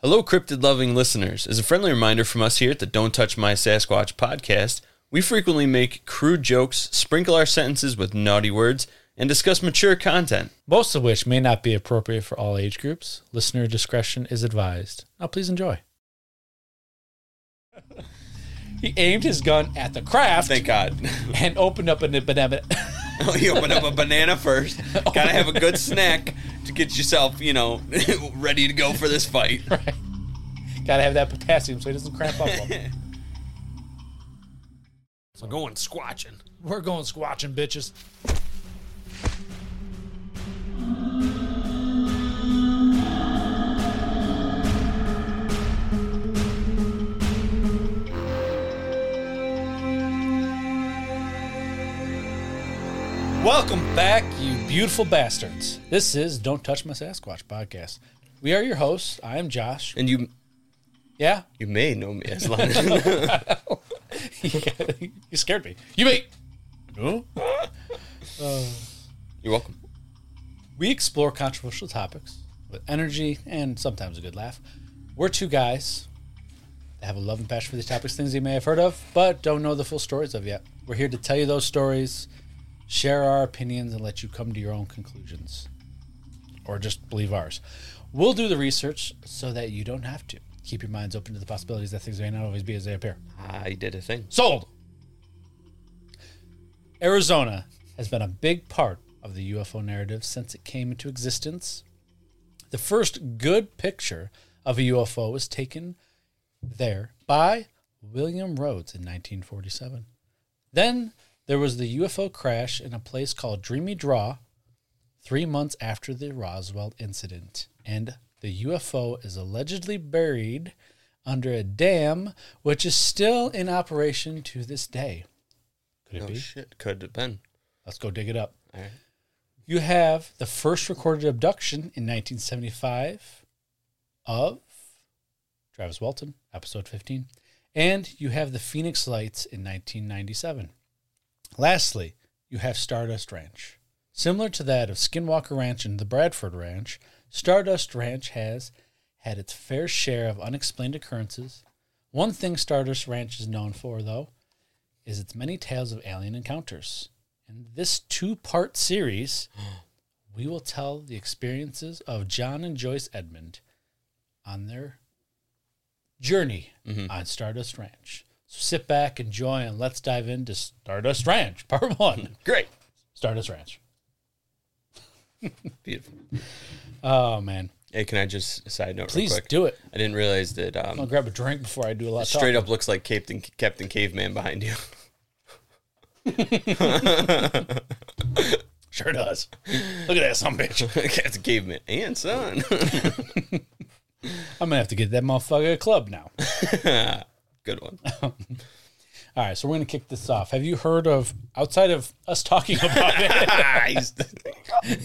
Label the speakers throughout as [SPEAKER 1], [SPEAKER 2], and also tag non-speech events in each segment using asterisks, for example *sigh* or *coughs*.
[SPEAKER 1] Hello, cryptid loving listeners. As a friendly reminder from us here at the Don't Touch My Sasquatch podcast, we frequently make crude jokes, sprinkle our sentences with naughty words, and discuss mature content.
[SPEAKER 2] most of which may not be appropriate for all age groups. Listener discretion is advised. Now, please enjoy. *laughs* He aimed his gun at the craft
[SPEAKER 1] Thank God.
[SPEAKER 2] and opened up an banana.
[SPEAKER 1] *laughs* you open up a banana first. Gotta have a good snack to get yourself, you know, *laughs* ready to go for this fight.
[SPEAKER 2] right. Gotta have that potassium so he doesn't cramp up.
[SPEAKER 3] So going squatching.
[SPEAKER 2] We're going squatching, bitches. Welcome back, you beautiful bastards. This is Don't Touch My Sasquatch podcast. We are your hosts. I am Josh.
[SPEAKER 1] And you
[SPEAKER 2] Yeah,
[SPEAKER 1] you may know me as *laughs* Lana.
[SPEAKER 2] *laughs* you scared me. You may. No?
[SPEAKER 1] You're welcome.
[SPEAKER 2] We explore controversial topics with energy and sometimes a good laugh. We're two guys that have a love and passion for these topics, things you may have heard of, but don't know the full stories of yet. We're here to tell you those stories, share our opinions, and let you come to your own conclusions. Or just believe ours. We'll do the research so that you don't have to. Keep your minds open to the possibilities that things may not always be as they appear.
[SPEAKER 1] I did a thing.
[SPEAKER 2] Sold. Arizona has been a big part of the UFO narrative since it came into existence. The first good picture of a UFO was taken there by William Rhodes in 1947. Then there was the UFO crash in a place called Dreamy Draw three months after the Roswell incident, and the UFO is allegedly buried under a dam, which is still in operation to this day. Could it
[SPEAKER 1] No
[SPEAKER 2] be?
[SPEAKER 1] Oh, shit. Could have been.
[SPEAKER 2] Let's go dig it up.
[SPEAKER 1] All right.
[SPEAKER 2] You have the first recorded abduction in 1975 of Travis Walton, episode 15, and you have the Phoenix Lights in 1997. Lastly, you have Stardust Ranch. Similar to that of Skinwalker Ranch and the Bradford Ranch, Stardust Ranch has had its fair share of unexplained occurrences. One thing Stardust Ranch is known for, though, is its many tales of alien encounters. In this two part series, we will tell the experiences of John and Joyce Edmond on their journey
[SPEAKER 1] Mm-hmm.
[SPEAKER 2] on Stardust Ranch. So sit back, enjoy, and let's dive into Stardust Ranch, *laughs* part one.
[SPEAKER 1] Great.
[SPEAKER 2] Stardust Ranch.
[SPEAKER 1] Beautiful.
[SPEAKER 2] Oh, man.
[SPEAKER 1] Hey, can I just side note
[SPEAKER 2] Please
[SPEAKER 1] real quick?
[SPEAKER 2] do it.
[SPEAKER 1] I didn't realize that um,
[SPEAKER 2] I'll grab a drink before I do a lot of
[SPEAKER 1] straight up looks like Captain Captain Caveman behind you. *laughs*
[SPEAKER 2] Sure does. Look at that son of a bitch.
[SPEAKER 1] Captain Caveman and son. *laughs*
[SPEAKER 2] I'm going to have to get that motherfucker a club now.
[SPEAKER 1] Good one. *laughs*
[SPEAKER 2] All right, so we're going to kick this off. Have you heard of, outside of us talking about it, *laughs*
[SPEAKER 1] Guys,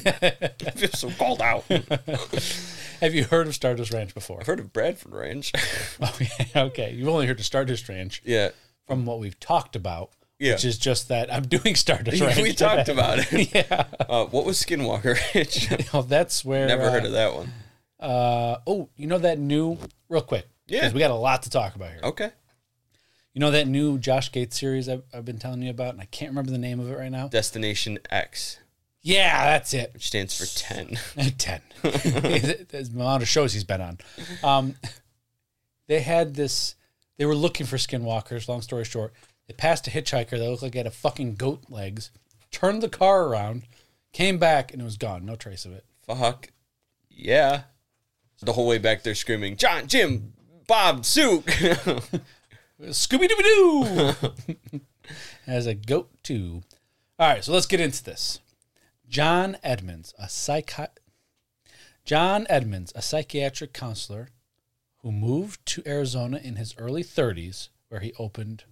[SPEAKER 1] I feel so called out. I've
[SPEAKER 2] have you heard of Stardust Ranch before? *laughs*
[SPEAKER 1] heard of Bradford Ranch. *laughs*
[SPEAKER 2] Okay, okay. You've only heard of Stardust Ranch
[SPEAKER 1] yeah.
[SPEAKER 2] from what we've talked about,
[SPEAKER 1] Yeah.
[SPEAKER 2] which is just that I'm doing Stardust
[SPEAKER 1] *laughs*
[SPEAKER 2] Ranch.
[SPEAKER 1] We talked about
[SPEAKER 2] *laughs*
[SPEAKER 1] it. Yeah. Uh, what was Skinwalker Ranch? *laughs*
[SPEAKER 2] Oh, that's where.
[SPEAKER 1] Never
[SPEAKER 2] uh,
[SPEAKER 1] heard of that one.
[SPEAKER 2] Uh, oh, you know that new, real quick.
[SPEAKER 1] Yeah.
[SPEAKER 2] 'cause we got a lot to talk about here.
[SPEAKER 1] Okay.
[SPEAKER 2] You know that new Josh Gates series I've, I've been telling you about, and I can't remember the name of it right now.
[SPEAKER 1] Destination X,
[SPEAKER 2] Yeah, that's it.
[SPEAKER 1] which stands for 10.
[SPEAKER 2] *laughs* 10. There's the amount of shows he's been on. Um, they had this, they were looking for skinwalkers, long story short. They passed a hitchhiker that looked like he had a fucking goat legs, turned the car around, came back, and it was gone. No trace of it.
[SPEAKER 1] Fuck. Yeah. The whole way back there screaming, John, Jim, Bob, Sue. *laughs*
[SPEAKER 2] Scooby Dooby Doo! *laughs* As a goat, too. All right, so let's get into this. John Edmonds, a psychi- John Edmonds, a psychiatric counselor who moved to Arizona in his early 30s, where he opened.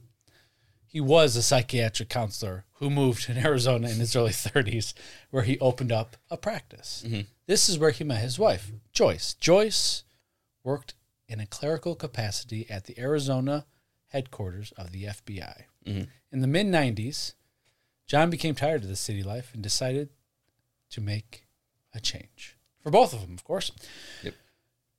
[SPEAKER 2] He was a psychiatric counselor who moved in *laughs* Arizona in his early 30s, where he opened up a practice. This is where he met his wife, Joyce. Joyce worked in a clerical capacity at the Arizona headquarters of the FBI. In the mid 90s, John became tired of the city life and decided to make a change for both of them, of course.
[SPEAKER 1] Yep.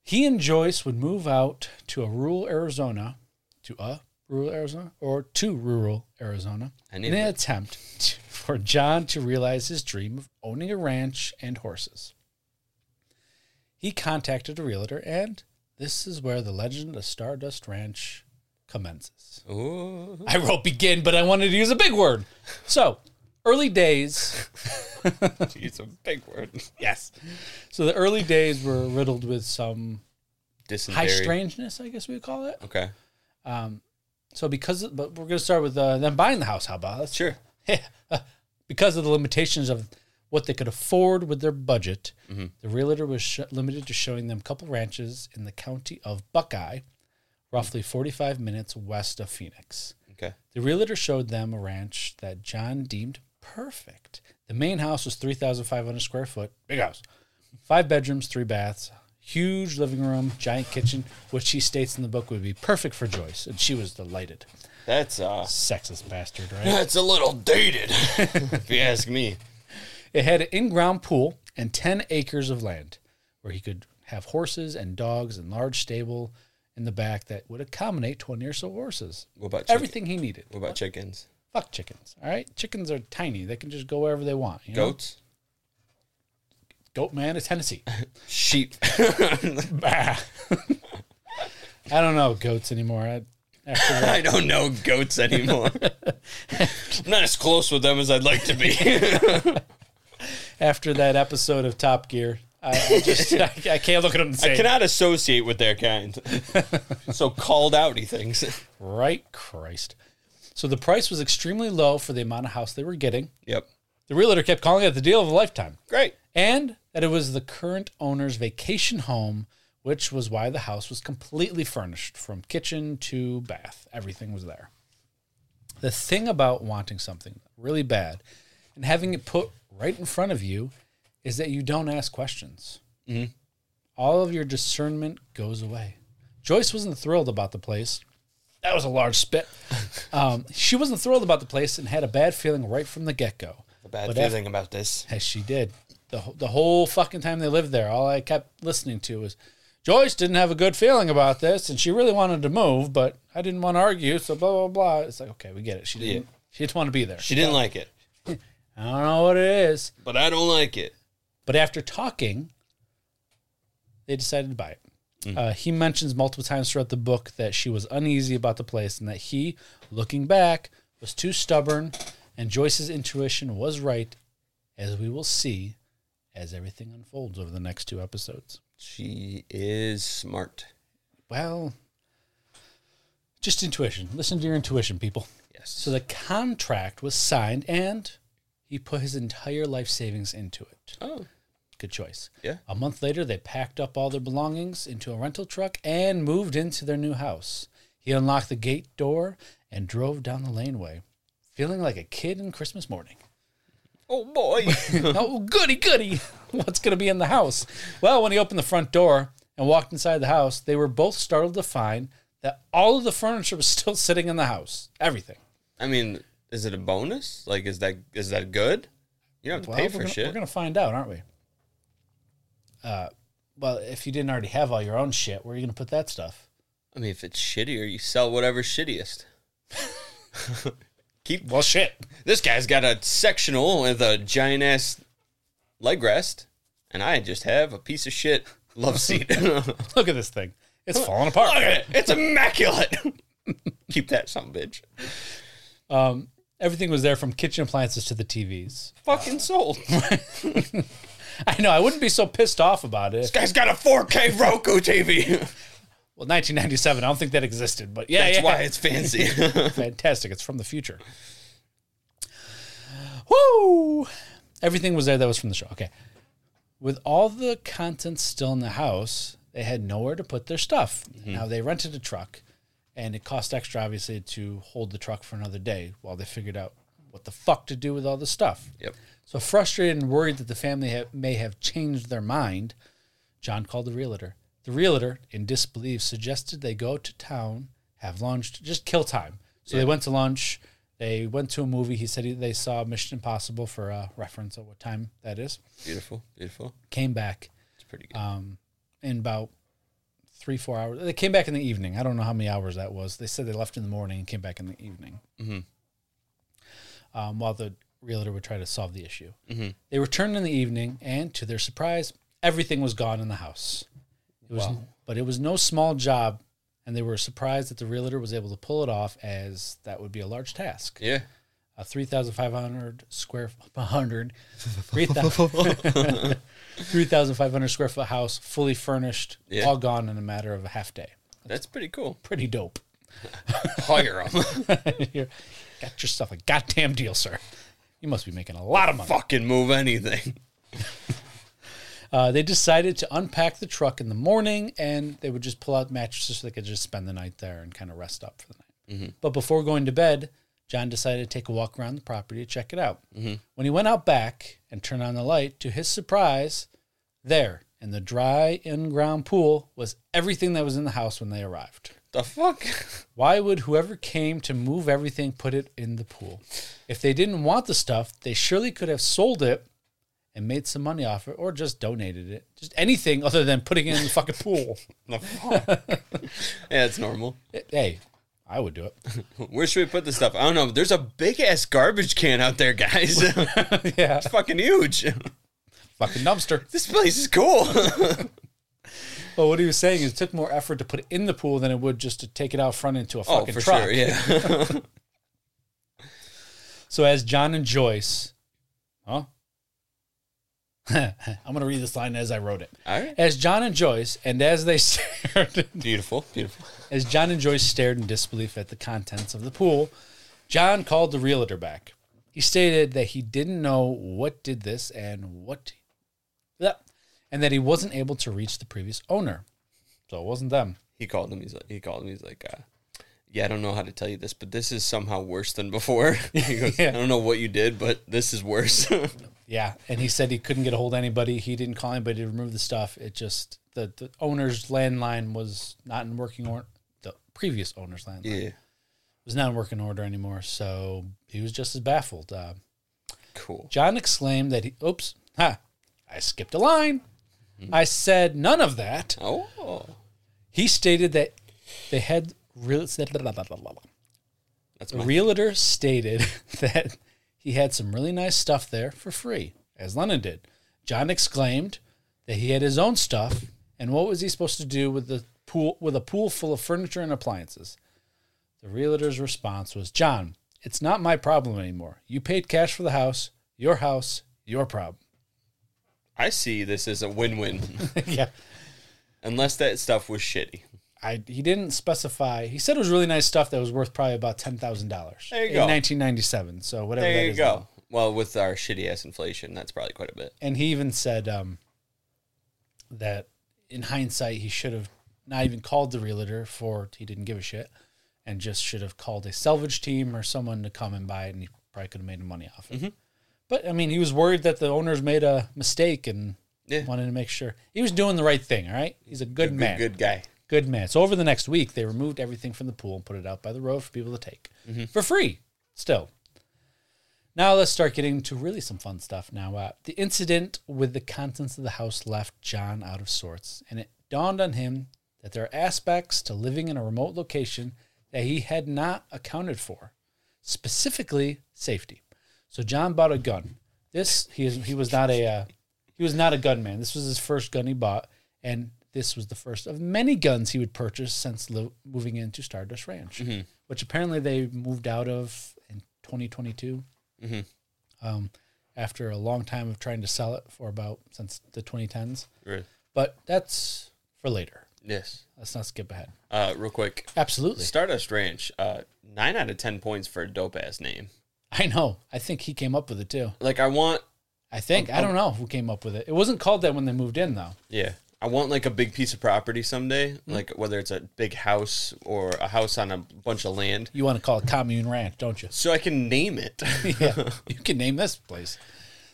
[SPEAKER 2] He and Joyce would move out to a rural Arizona, to a rural Arizona, or to rural Arizona,
[SPEAKER 1] I
[SPEAKER 2] in
[SPEAKER 1] need
[SPEAKER 2] an
[SPEAKER 1] it.
[SPEAKER 2] attempt to- for John to realize his dream of owning a ranch and horses. He contacted a realtor, and this is where the legend of Stardust Ranch commences.
[SPEAKER 1] Ooh.
[SPEAKER 2] I wrote begin, but I wanted to use a big word. So, early days
[SPEAKER 1] It's a big word.
[SPEAKER 2] Yes. So the early days were riddled with some high
[SPEAKER 1] Dysentery.
[SPEAKER 2] strangeness, I guess we would call it.
[SPEAKER 1] Okay.
[SPEAKER 2] Um, so because, of, but we're going to start with uh, them buying the house. How about that? *laughs*
[SPEAKER 1] Sure.
[SPEAKER 2] because of the limitations of what they could afford with their budget, the realtor was sh- limited to showing them a couple ranches in the county of Buckeye, roughly 45 minutes west of Phoenix.
[SPEAKER 1] Okay.
[SPEAKER 2] The realtor showed them a ranch that John deemed perfect. The main house was 3,500 square foot, big house, five bedrooms, three baths, huge living room, giant kitchen, which he states in the book would be perfect for Joyce. And she was delighted.
[SPEAKER 1] That's uh
[SPEAKER 2] Sexist
[SPEAKER 1] *laughs*
[SPEAKER 2] bastard, right?
[SPEAKER 1] that's a little dated *laughs* if you ask me.
[SPEAKER 2] It had an in ground pool and 10 acres of land where he could have horses and dogs and large stable in the back that would accommodate 20 or so horses.
[SPEAKER 1] What about chicken?
[SPEAKER 2] Everything he needed.
[SPEAKER 1] What about chickens?
[SPEAKER 2] Fuck chickens, all right? Chickens are tiny. They can just go wherever they want. You know?
[SPEAKER 1] Goats?
[SPEAKER 2] Goat man is Tennessee.
[SPEAKER 1] Sheep.
[SPEAKER 2] Bah. I don't know goats anymore. I, after that,
[SPEAKER 1] *laughs* I don't know goats anymore. I'm not as close with them as I'd like to be. *laughs*
[SPEAKER 2] after that episode of Top Gear, I, I just I, I can't look at them and say
[SPEAKER 1] Cannot associate with their *laughs* kind. so called out, he thinks.
[SPEAKER 2] right Christ. So the price was extremely low for the amount of house they were getting.
[SPEAKER 1] Yep.
[SPEAKER 2] The realtor kept calling it the deal of a lifetime,
[SPEAKER 1] Great.
[SPEAKER 2] and that it was the current owner's vacation home, which was why the house was completely furnished from kitchen to bath. Everything was there. the thing about wanting something really bad and having it put right in front of you is that you don't ask questions. All of your discernment goes away. Joyce wasn't thrilled about the place. That was a large spit. Um, she wasn't thrilled about the place and had a bad feeling right from the get go.
[SPEAKER 1] The bad
[SPEAKER 2] But af-
[SPEAKER 1] feeling about this.
[SPEAKER 2] as she did. The, wh- the whole fucking time they lived there, all I kept listening to was Joyce didn't have a good feeling about this and she really wanted to move, but I didn't want to argue, so blah, blah, blah. It's like, okay, we get it. She didn't,
[SPEAKER 1] Yeah.
[SPEAKER 2] she didn't want to be there.
[SPEAKER 1] She didn't like it,
[SPEAKER 2] I don't know what it is.
[SPEAKER 1] but I don't like it.
[SPEAKER 2] But after talking, they decided to buy it. Uh, he mentions multiple times throughout the book that she was uneasy about the place and that he, looking back, was too stubborn, and Joyce's intuition was right, as we will see as everything unfolds over the next two episodes.
[SPEAKER 1] She is smart.
[SPEAKER 2] Well, just intuition. Listen to your intuition, people.
[SPEAKER 1] Yes.
[SPEAKER 2] So the contract was signed, and he put his entire life savings into it.
[SPEAKER 1] oh,
[SPEAKER 2] Good choice.
[SPEAKER 1] yeah.
[SPEAKER 2] A month later, they packed up all their belongings into a rental truck and moved into their new house. He unlocked the gate door and drove down the laneway, feeling like a kid on Christmas
[SPEAKER 1] *laughs*
[SPEAKER 2] morning.
[SPEAKER 1] Oh boy. *laughs*
[SPEAKER 2] oh, goody, goody! *laughs* What's going to be in the house? Well, when he opened the front door and walked inside the house, they were both startled to find that all of the furniture was still sitting in the house. Everything.
[SPEAKER 1] I mean, is it a bonus? Like, is that is that good? You don't have to
[SPEAKER 2] Well,
[SPEAKER 1] pay
[SPEAKER 2] we're
[SPEAKER 1] for
[SPEAKER 2] gonna,
[SPEAKER 1] shit.
[SPEAKER 2] We're going to find out, aren't we? Uh, well, if you didn't already have all your own shit, where are you going to put that stuff?
[SPEAKER 1] I mean, if it's shittier, you sell whatever's shittiest. Keep
[SPEAKER 2] Well, shit.
[SPEAKER 1] this guy's got a sectional with a giant ass leg rest, and I just have a piece of shit
[SPEAKER 2] *laughs*
[SPEAKER 1] love seat. *laughs* Look
[SPEAKER 2] Look at this thing. It's falling apart.
[SPEAKER 1] at it, it's immaculate. *laughs* Keep that, some bitch.
[SPEAKER 2] Um, everything was there from kitchen appliances to the TVs.
[SPEAKER 1] Fucking sold. this
[SPEAKER 2] I know. I wouldn't be so pissed off about it.
[SPEAKER 1] guy's got a 4K Roku TV.
[SPEAKER 2] Well, 1997. I don't think that existed, but
[SPEAKER 1] *laughs*
[SPEAKER 2] yeah,
[SPEAKER 1] That's
[SPEAKER 2] yeah.
[SPEAKER 1] why it's
[SPEAKER 2] *laughs*
[SPEAKER 1] fancy.
[SPEAKER 2] fantastic. It's from the future. Woo! Everything was there that was from the show. Okay. With all the content still in the house, they had nowhere to put their stuff.
[SPEAKER 1] Mm-hmm.
[SPEAKER 2] Now they rented a truck, and it cost extra, obviously, to hold the truck for another day while they figured out what the fuck to do with all the stuff.
[SPEAKER 1] yep.
[SPEAKER 2] So frustrated and worried that the family ha- may have changed their mind, John called the realtor. The realtor, in disbelief, suggested they go to town, have lunch, just kill time. So they went to lunch. They went to a movie. He said he, they saw Mission Impossible for a reference of what time that is.
[SPEAKER 1] Beautiful. Beautiful.
[SPEAKER 2] Came back
[SPEAKER 1] It's pretty good.
[SPEAKER 2] um, in about three, four hours. They came back in the evening. I don't know how many hours that was. They said they left in the morning and came back in the evening
[SPEAKER 1] Mhm.
[SPEAKER 2] um, while the realtor would try to solve the issue.
[SPEAKER 1] Mhm.
[SPEAKER 2] They returned in the evening, and to their surprise, everything was gone in the house. It was,
[SPEAKER 1] Wow.
[SPEAKER 2] But it was no small job, and they were surprised that the realtor was able to pull it off, as that would be a large task.
[SPEAKER 1] Yeah.
[SPEAKER 2] A 3,500 square f- *laughs* 100 *laughs* 3,000 3,500 square foot house, fully furnished,
[SPEAKER 1] Yeah.
[SPEAKER 2] all gone in a matter of a half day.
[SPEAKER 1] That's pretty
[SPEAKER 2] *laughs*
[SPEAKER 1] cool.
[SPEAKER 2] Pretty dope.
[SPEAKER 1] Hire them. *laughs*
[SPEAKER 2] You're- Got yourself a goddamn deal, sir. You must be making a lot of money.
[SPEAKER 1] Fucking move anything.
[SPEAKER 2] Uh, they decided to unpack the truck in the morning and they would just pull out mattresses so they could just spend the night there and kind of rest up for the night. But before going to bed, John decided to take a walk around the property to check it out. When he went out back and turned on the light, to his surprise, there in the dry in ground pool was everything that was in the house when they arrived.
[SPEAKER 1] The fuck? *laughs*
[SPEAKER 2] Why would whoever came to move everything put it in the pool? If they didn't want the stuff, they surely could have sold it and made some money off it or just donated it. Just anything other than putting it in the fucking pool. *laughs*
[SPEAKER 1] The fuck? yeah, it's normal.
[SPEAKER 2] Hey, I would do it.
[SPEAKER 1] Where should we put this stuff? I don't know. There's a big ass garbage can out there, guys. *laughs* it's
[SPEAKER 2] *laughs* yeah.
[SPEAKER 1] fucking huge.
[SPEAKER 2] Fucking dumpster.
[SPEAKER 1] This place is cool. *laughs*
[SPEAKER 2] But what he was saying is it took more effort to put it in the pool than it would just to take it out front into a fucking truck.
[SPEAKER 1] Oh,
[SPEAKER 2] *laughs*
[SPEAKER 1] Yeah.
[SPEAKER 2] So as John and Joyce, huh? *laughs* I'm going to read this line as I wrote it.
[SPEAKER 1] All right.
[SPEAKER 2] As John and Joyce, and as they *laughs* stared
[SPEAKER 1] Beautiful. Beautiful.
[SPEAKER 2] As John and Joyce stared in disbelief at the contents of the pool, John called the realtor back. He stated that he didn't know what did this and what that, and that he wasn't able to reach the previous owner. So it wasn't them.
[SPEAKER 1] He called him. He's like, he called him. He's like, uh, yeah, I don't know how to tell you this, but this is somehow worse than before. *laughs* he goes,
[SPEAKER 2] *laughs* Yeah.
[SPEAKER 1] I don't know what you did, but this is worse. *laughs*
[SPEAKER 2] Yeah, and he said he couldn't get a hold of anybody. He didn't call anybody to remove the stuff. It just the, the owner's landline was not in working order. The previous owner's landline
[SPEAKER 1] yeah.
[SPEAKER 2] was not in working order anymore. So he was just as baffled. Uh,
[SPEAKER 1] Cool.
[SPEAKER 2] John exclaimed that he, oops, ha, I skipped a line. I said none of that.
[SPEAKER 1] Oh,
[SPEAKER 2] He stated that they had real,
[SPEAKER 1] that's
[SPEAKER 2] the
[SPEAKER 1] my.
[SPEAKER 2] realtor stated *laughs* that he had some really nice stuff there for free, as Lennon did. John exclaimed that he had his own stuff, and what was he supposed to do with the pool with a pool full of furniture and appliances? The realtor's response was, "John, it's not my problem anymore. You paid cash for the house, your house, your problem." *laughs*
[SPEAKER 1] I see this as a win-win, *laughs*
[SPEAKER 2] yeah.
[SPEAKER 1] unless that stuff was shitty.
[SPEAKER 2] I he didn't specify. He said it was really nice stuff that was worth probably about ten thousand dollars
[SPEAKER 1] There you
[SPEAKER 2] in
[SPEAKER 1] go.
[SPEAKER 2] 1997. So whatever. that
[SPEAKER 1] There you
[SPEAKER 2] is
[SPEAKER 1] go.
[SPEAKER 2] now.
[SPEAKER 1] Well, with our shitty ass inflation, that's probably quite a bit.
[SPEAKER 2] And he even said um, that in hindsight he should have not even called the realtor for he didn't give a shit, and just should have called a salvage team or someone to come and buy it, and he probably could have made money off
[SPEAKER 1] Mm-hmm.
[SPEAKER 2] it. But I mean, he was worried that the owners made a mistake and
[SPEAKER 1] Yeah.
[SPEAKER 2] wanted to make sure he was doing the right thing. All right, he's a good,
[SPEAKER 1] Good,
[SPEAKER 2] man.
[SPEAKER 1] good guy.
[SPEAKER 2] Good man. So over the next week, they removed everything from the pool and put it out by the road for people to take for free. Still. Now let's start getting to really some fun stuff. Now uh, the incident with the contents of the house left John out of sorts, and it dawned on him that there are aspects to living in a remote location that he had not accounted for, specifically safety. So John bought a gun. This he is, he was not a uh, he was not a gunman. This was his first gun he bought, and this was the first of many guns he would purchase since lo- moving into Stardust Ranch, which apparently they moved out of in 2022. Um, after a long time of trying to sell it for about since the 2010s, but that's for later.
[SPEAKER 1] Yes.
[SPEAKER 2] Let's not skip ahead.
[SPEAKER 1] Uh, real quick,
[SPEAKER 2] Absolutely,
[SPEAKER 1] Stardust Ranch. Uh, nine out of ten points for a dope ass name.
[SPEAKER 2] I know. I think he came up with it too.
[SPEAKER 1] Like I want,
[SPEAKER 2] I think I don't know who came up with it. It wasn't called that when they moved in though.
[SPEAKER 1] yeah, Mm-hmm. I want like a big piece of property someday. Like whether it's a big house or a house on a bunch of land,
[SPEAKER 2] You want to call it Commune Ranch, don't you? *laughs*
[SPEAKER 1] so I can name *laughs* it.
[SPEAKER 2] yeah, you can name this place.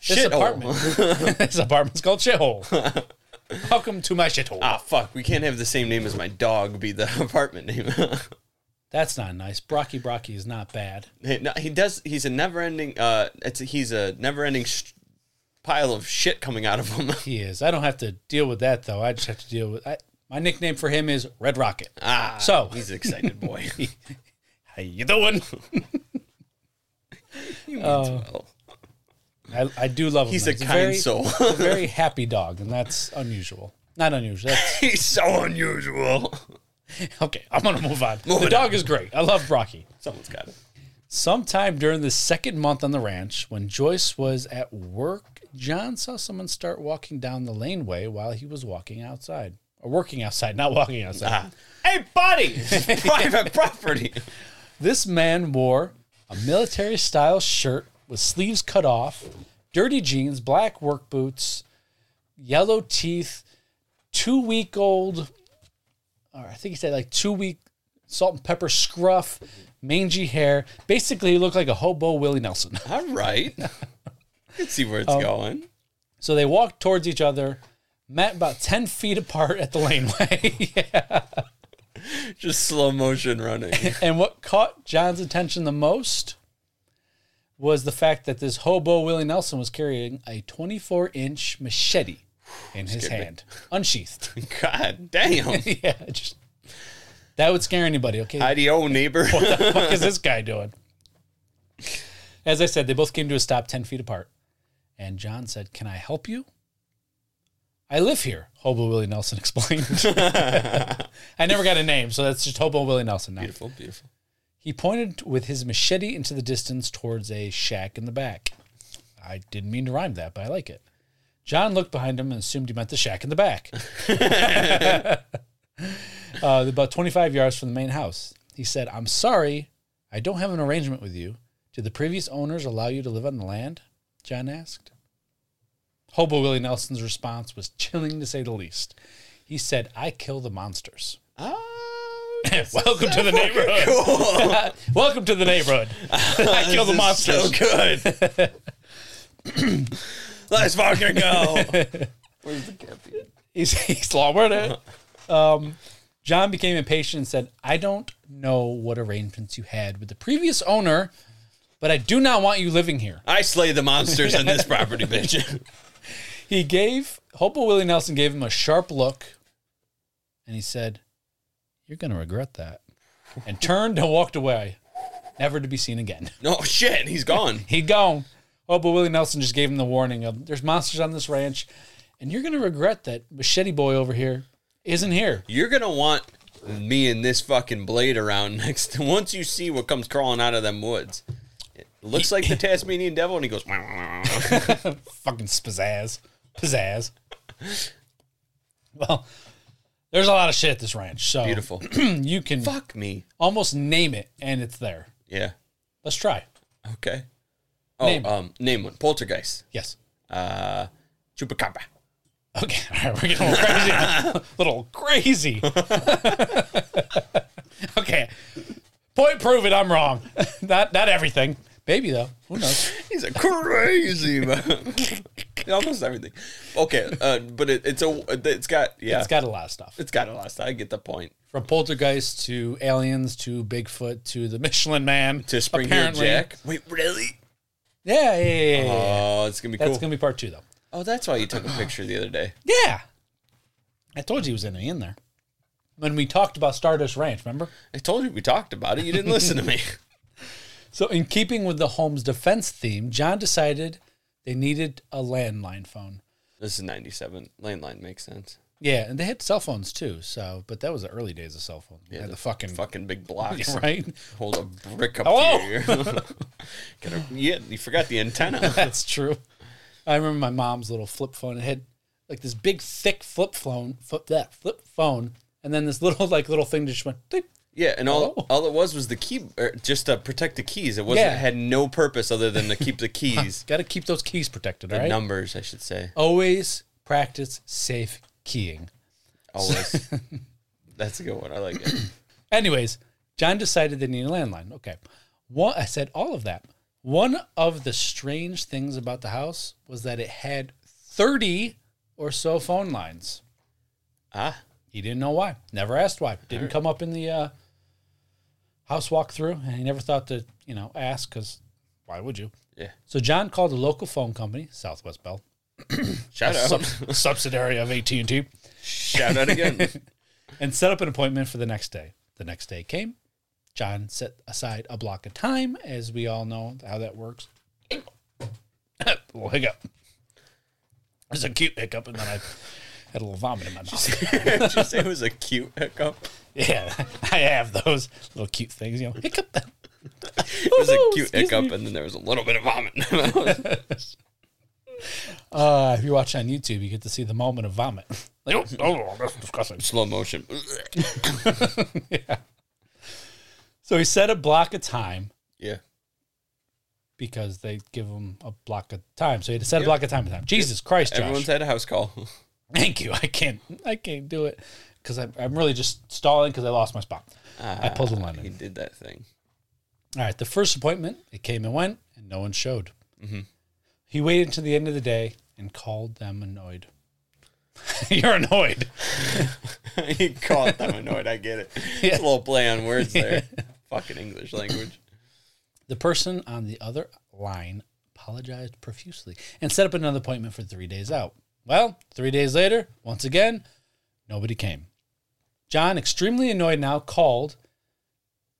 [SPEAKER 2] This
[SPEAKER 1] Shithole.
[SPEAKER 2] apartment. *laughs* this apartment's called Shithole. Welcome to my shithole.
[SPEAKER 1] ah, fuck, we can't have the same name as my dog be the *laughs* apartment name. *laughs*
[SPEAKER 2] That's not nice. Brocky Brocky is not bad.
[SPEAKER 1] He- no, he does. He's a never-ending. Uh, it's he's a never-ending sh- pile of shit coming out of him.
[SPEAKER 2] He is. I don't have to deal with that though. I just have to deal with I, My nickname for him is Red Rocket.
[SPEAKER 1] Ah,
[SPEAKER 2] So-
[SPEAKER 1] he's an excited
[SPEAKER 2] *laughs*
[SPEAKER 1] boy.
[SPEAKER 2] How you doing?
[SPEAKER 1] He means
[SPEAKER 2] Oh.
[SPEAKER 1] well.
[SPEAKER 2] I, I do love him.
[SPEAKER 1] He's a
[SPEAKER 2] though.
[SPEAKER 1] kind
[SPEAKER 2] very,
[SPEAKER 1] soul.
[SPEAKER 2] he's a very happy dog, and that's unusual. Not unusual. That's,
[SPEAKER 1] he's so unusual.
[SPEAKER 2] *laughs* okay, I'm gonna move on. the
[SPEAKER 1] Moving
[SPEAKER 2] dog is great. I love Rocky.
[SPEAKER 1] Someone's got it.
[SPEAKER 2] Sometime during the second month on the ranch, when Joyce was at work, John saw someone start walking down the laneway while he was walking outside. Or working outside, not walking outside.
[SPEAKER 1] Hey, buddy! It's *laughs* private property.
[SPEAKER 2] This man wore a military style shirt with sleeves cut off, dirty jeans, black work boots, yellow teeth, two week old, or I think he said like two week salt and pepper scruff, mangy hair. Basically, he looked like a hobo Willie Nelson. *laughs*
[SPEAKER 1] All right. I can see where it's
[SPEAKER 2] Oh.
[SPEAKER 1] going.
[SPEAKER 2] So they walked towards each other, met about 10 feet apart at the laneway. *laughs*
[SPEAKER 1] Just slow motion running. *laughs*
[SPEAKER 2] And what caught John's attention the most was the fact that this hobo Willie Nelson was carrying a 24 inch machete in his
[SPEAKER 1] Scared me.
[SPEAKER 2] hand, unsheathed. *laughs*
[SPEAKER 1] God damn.
[SPEAKER 2] yeah, just that would scare anybody. Okay, *laughs* what
[SPEAKER 1] IDO neighbor.
[SPEAKER 2] the fuck is this guy doing? As I said, they both came to a stop 10 feet apart. And John said, Can I help you? I live here, Hobo Willie Nelson *laughs* explained. I never got a name, so that's just Hobo Willie Nelson now.
[SPEAKER 1] beautiful, beautiful.
[SPEAKER 2] He pointed with his machete into the distance towards a shack in the back. I didn't mean to rhyme that, but I like it. John looked behind him and assumed he meant the shack in the back. *laughs* uh, about 25 yards from the main house. He said, I'm sorry, I don't have an arrangement with you. Did the previous owners allow you to live on the land? John asked. Hobo Willie Nelson's response was chilling to say the least. He said, I kill the monsters.
[SPEAKER 1] Oh,
[SPEAKER 2] Ah. Welcome to the neighborhood.
[SPEAKER 1] *laughs* cool.
[SPEAKER 2] Welcome to the neighborhood. *laughs* I *laughs* kill the
[SPEAKER 1] This is
[SPEAKER 2] monsters.
[SPEAKER 1] So good. Let's fucking
[SPEAKER 2] *laughs*
[SPEAKER 1] go. Where's the caffeine?
[SPEAKER 2] *laughs* He's he's lowered it. Um, John became impatient and said, "I don't know what arrangements you had with the previous owner, but I do not want you living here."
[SPEAKER 1] I slay the monsters on this property, bitch. *laughs*
[SPEAKER 2] He gave Hopo Willie Nelson gave him a sharp look, and he said, "You're going to regret that," and turned and walked away, never to be seen again.
[SPEAKER 1] No shit, he's gone.
[SPEAKER 2] He gone. Oh, but Willie Nelson just gave him the warning of there's monsters on this ranch, and you're gonna regret that machete boy over here isn't here.
[SPEAKER 1] You're gonna want me and this fucking blade around *laughs* next. Once you see what comes crawling out of them woods, it looks like
[SPEAKER 2] *laughs*
[SPEAKER 1] the Tasmanian devil, and he goes. "Wah, wah, wah, wah."
[SPEAKER 2] Fucking pizzazz. Pizzazz. well, there's a lot of shit at this ranch, so
[SPEAKER 1] Beautiful.
[SPEAKER 2] *clears throat* you can
[SPEAKER 1] Fuck me.
[SPEAKER 2] almost name it and it's there.
[SPEAKER 1] Yeah.
[SPEAKER 2] Let's try.
[SPEAKER 1] Okay. Oh,
[SPEAKER 2] Name it.
[SPEAKER 1] um, name one. Poltergeist.
[SPEAKER 2] Yes.
[SPEAKER 1] Uh, Chupacabra.
[SPEAKER 2] Okay, *laughs* all right, we're getting a little crazy. now. little crazy.
[SPEAKER 1] *laughs*
[SPEAKER 2] *laughs* okay. Point proven I'm wrong. *laughs* not not everything. Maybe though. Who knows?
[SPEAKER 1] He's a crazy *laughs* man. Almost everything. Okay, uh, but it, it's a it's got yeah
[SPEAKER 2] It's got a lot of stuff.
[SPEAKER 1] it's got a lot. of stuff. I get the point.
[SPEAKER 2] From poltergeist to aliens to Bigfoot to the Michelin Man
[SPEAKER 1] To spring your
[SPEAKER 2] apparently.
[SPEAKER 1] jack. Wait, really?
[SPEAKER 2] Yeah, yeah, yeah. yeah, yeah.
[SPEAKER 1] Oh, it's gonna be
[SPEAKER 2] That's
[SPEAKER 1] cool.
[SPEAKER 2] gonna be part two though.
[SPEAKER 1] oh, that's why you took a picture the other day.
[SPEAKER 2] Yeah, I told you he was in in there when we talked about Stardust Ranch. Remember?
[SPEAKER 1] I told you we talked about it. You didn't listen
[SPEAKER 2] *laughs*
[SPEAKER 1] to me.
[SPEAKER 2] So, in keeping with the home's defense theme, John decided they needed a landline phone.
[SPEAKER 1] This is '97. Landline makes sense.
[SPEAKER 2] Yeah, and they had cell phones too. So, but that was the early days of cell phones. Yeah, the fucking,
[SPEAKER 1] Fucking big blocks.
[SPEAKER 2] *laughs* right.
[SPEAKER 1] Hold a brick up
[SPEAKER 2] Hello?
[SPEAKER 1] to you. *laughs* Gotta- yeah, you forgot the antenna.
[SPEAKER 2] *laughs* That's true. I remember my mom's little flip phone. It had like this big, thick flip phone, flip that flip phone, and then this little *laughs* like little thing just went. Ding.
[SPEAKER 1] Yeah, and all all it was was the key, or just to protect the keys. It wasn't
[SPEAKER 2] Yeah.
[SPEAKER 1] it had no purpose other than to keep the keys,
[SPEAKER 2] Got to keep those keys protected, all *laughs* right?
[SPEAKER 1] numbers, I should say.
[SPEAKER 2] Always practice safe keying. *laughs*
[SPEAKER 1] Always. That's a good one. I like it.
[SPEAKER 2] Anyways, John decided they needed a landline. Okay. One, I said all of that. One of the strange things about the house was that it had 30 or so phone lines.
[SPEAKER 1] Ah,
[SPEAKER 2] He didn't know why. Never asked why. Didn't come up in the uh, house walkthrough, and he never thought to, you know, ask because why would you?
[SPEAKER 1] yeah.
[SPEAKER 2] So John called a local phone company, Southwest Bell,
[SPEAKER 1] Shout out.
[SPEAKER 2] sub- subsidiary of AT and T,
[SPEAKER 1] *laughs*
[SPEAKER 2] *laughs*
[SPEAKER 1] Shout out again. *laughs*
[SPEAKER 2] and set up an appointment for the next day. The next day came. John set aside a block of time, as we all know how that works. *coughs* little hiccup. It was a cute hiccup, and then I had a little vomit in my mouth.
[SPEAKER 1] Did you say it was a cute hiccup?
[SPEAKER 2] Yeah, I have those little cute things, you know. Hiccup.
[SPEAKER 1] It was a cute hiccup, and then there was a little bit of vomit. *laughs*
[SPEAKER 2] Uh, if you watch on YouTube, you get to see the moment of vomit. Like, oh, oh, that's disgusting.
[SPEAKER 1] Slow motion. *laughs*
[SPEAKER 2] So he set a block of time
[SPEAKER 1] yeah.
[SPEAKER 2] because they give him a block of time. So he had to set a block of time. Time. Jesus Christ, Josh.
[SPEAKER 1] Everyone's had a house *laughs* call.
[SPEAKER 2] Thank you. I can't. I can't do it because I'm, I'm really just stalling because I lost my spot. I pulled a lemon.
[SPEAKER 1] He did that thing. *laughs*
[SPEAKER 2] All right, the first appointment, it came and went, and no one showed. He waited until the end of the day and called them annoyed. *laughs* You're annoyed.
[SPEAKER 1] he caught them annoyed. I *laughs* get it. It's a little play on words there. Fucking English language.
[SPEAKER 2] The person on the other line apologized profusely and set up another appointment for three days out. Well, three days later, once again, nobody came. John, extremely annoyed now, called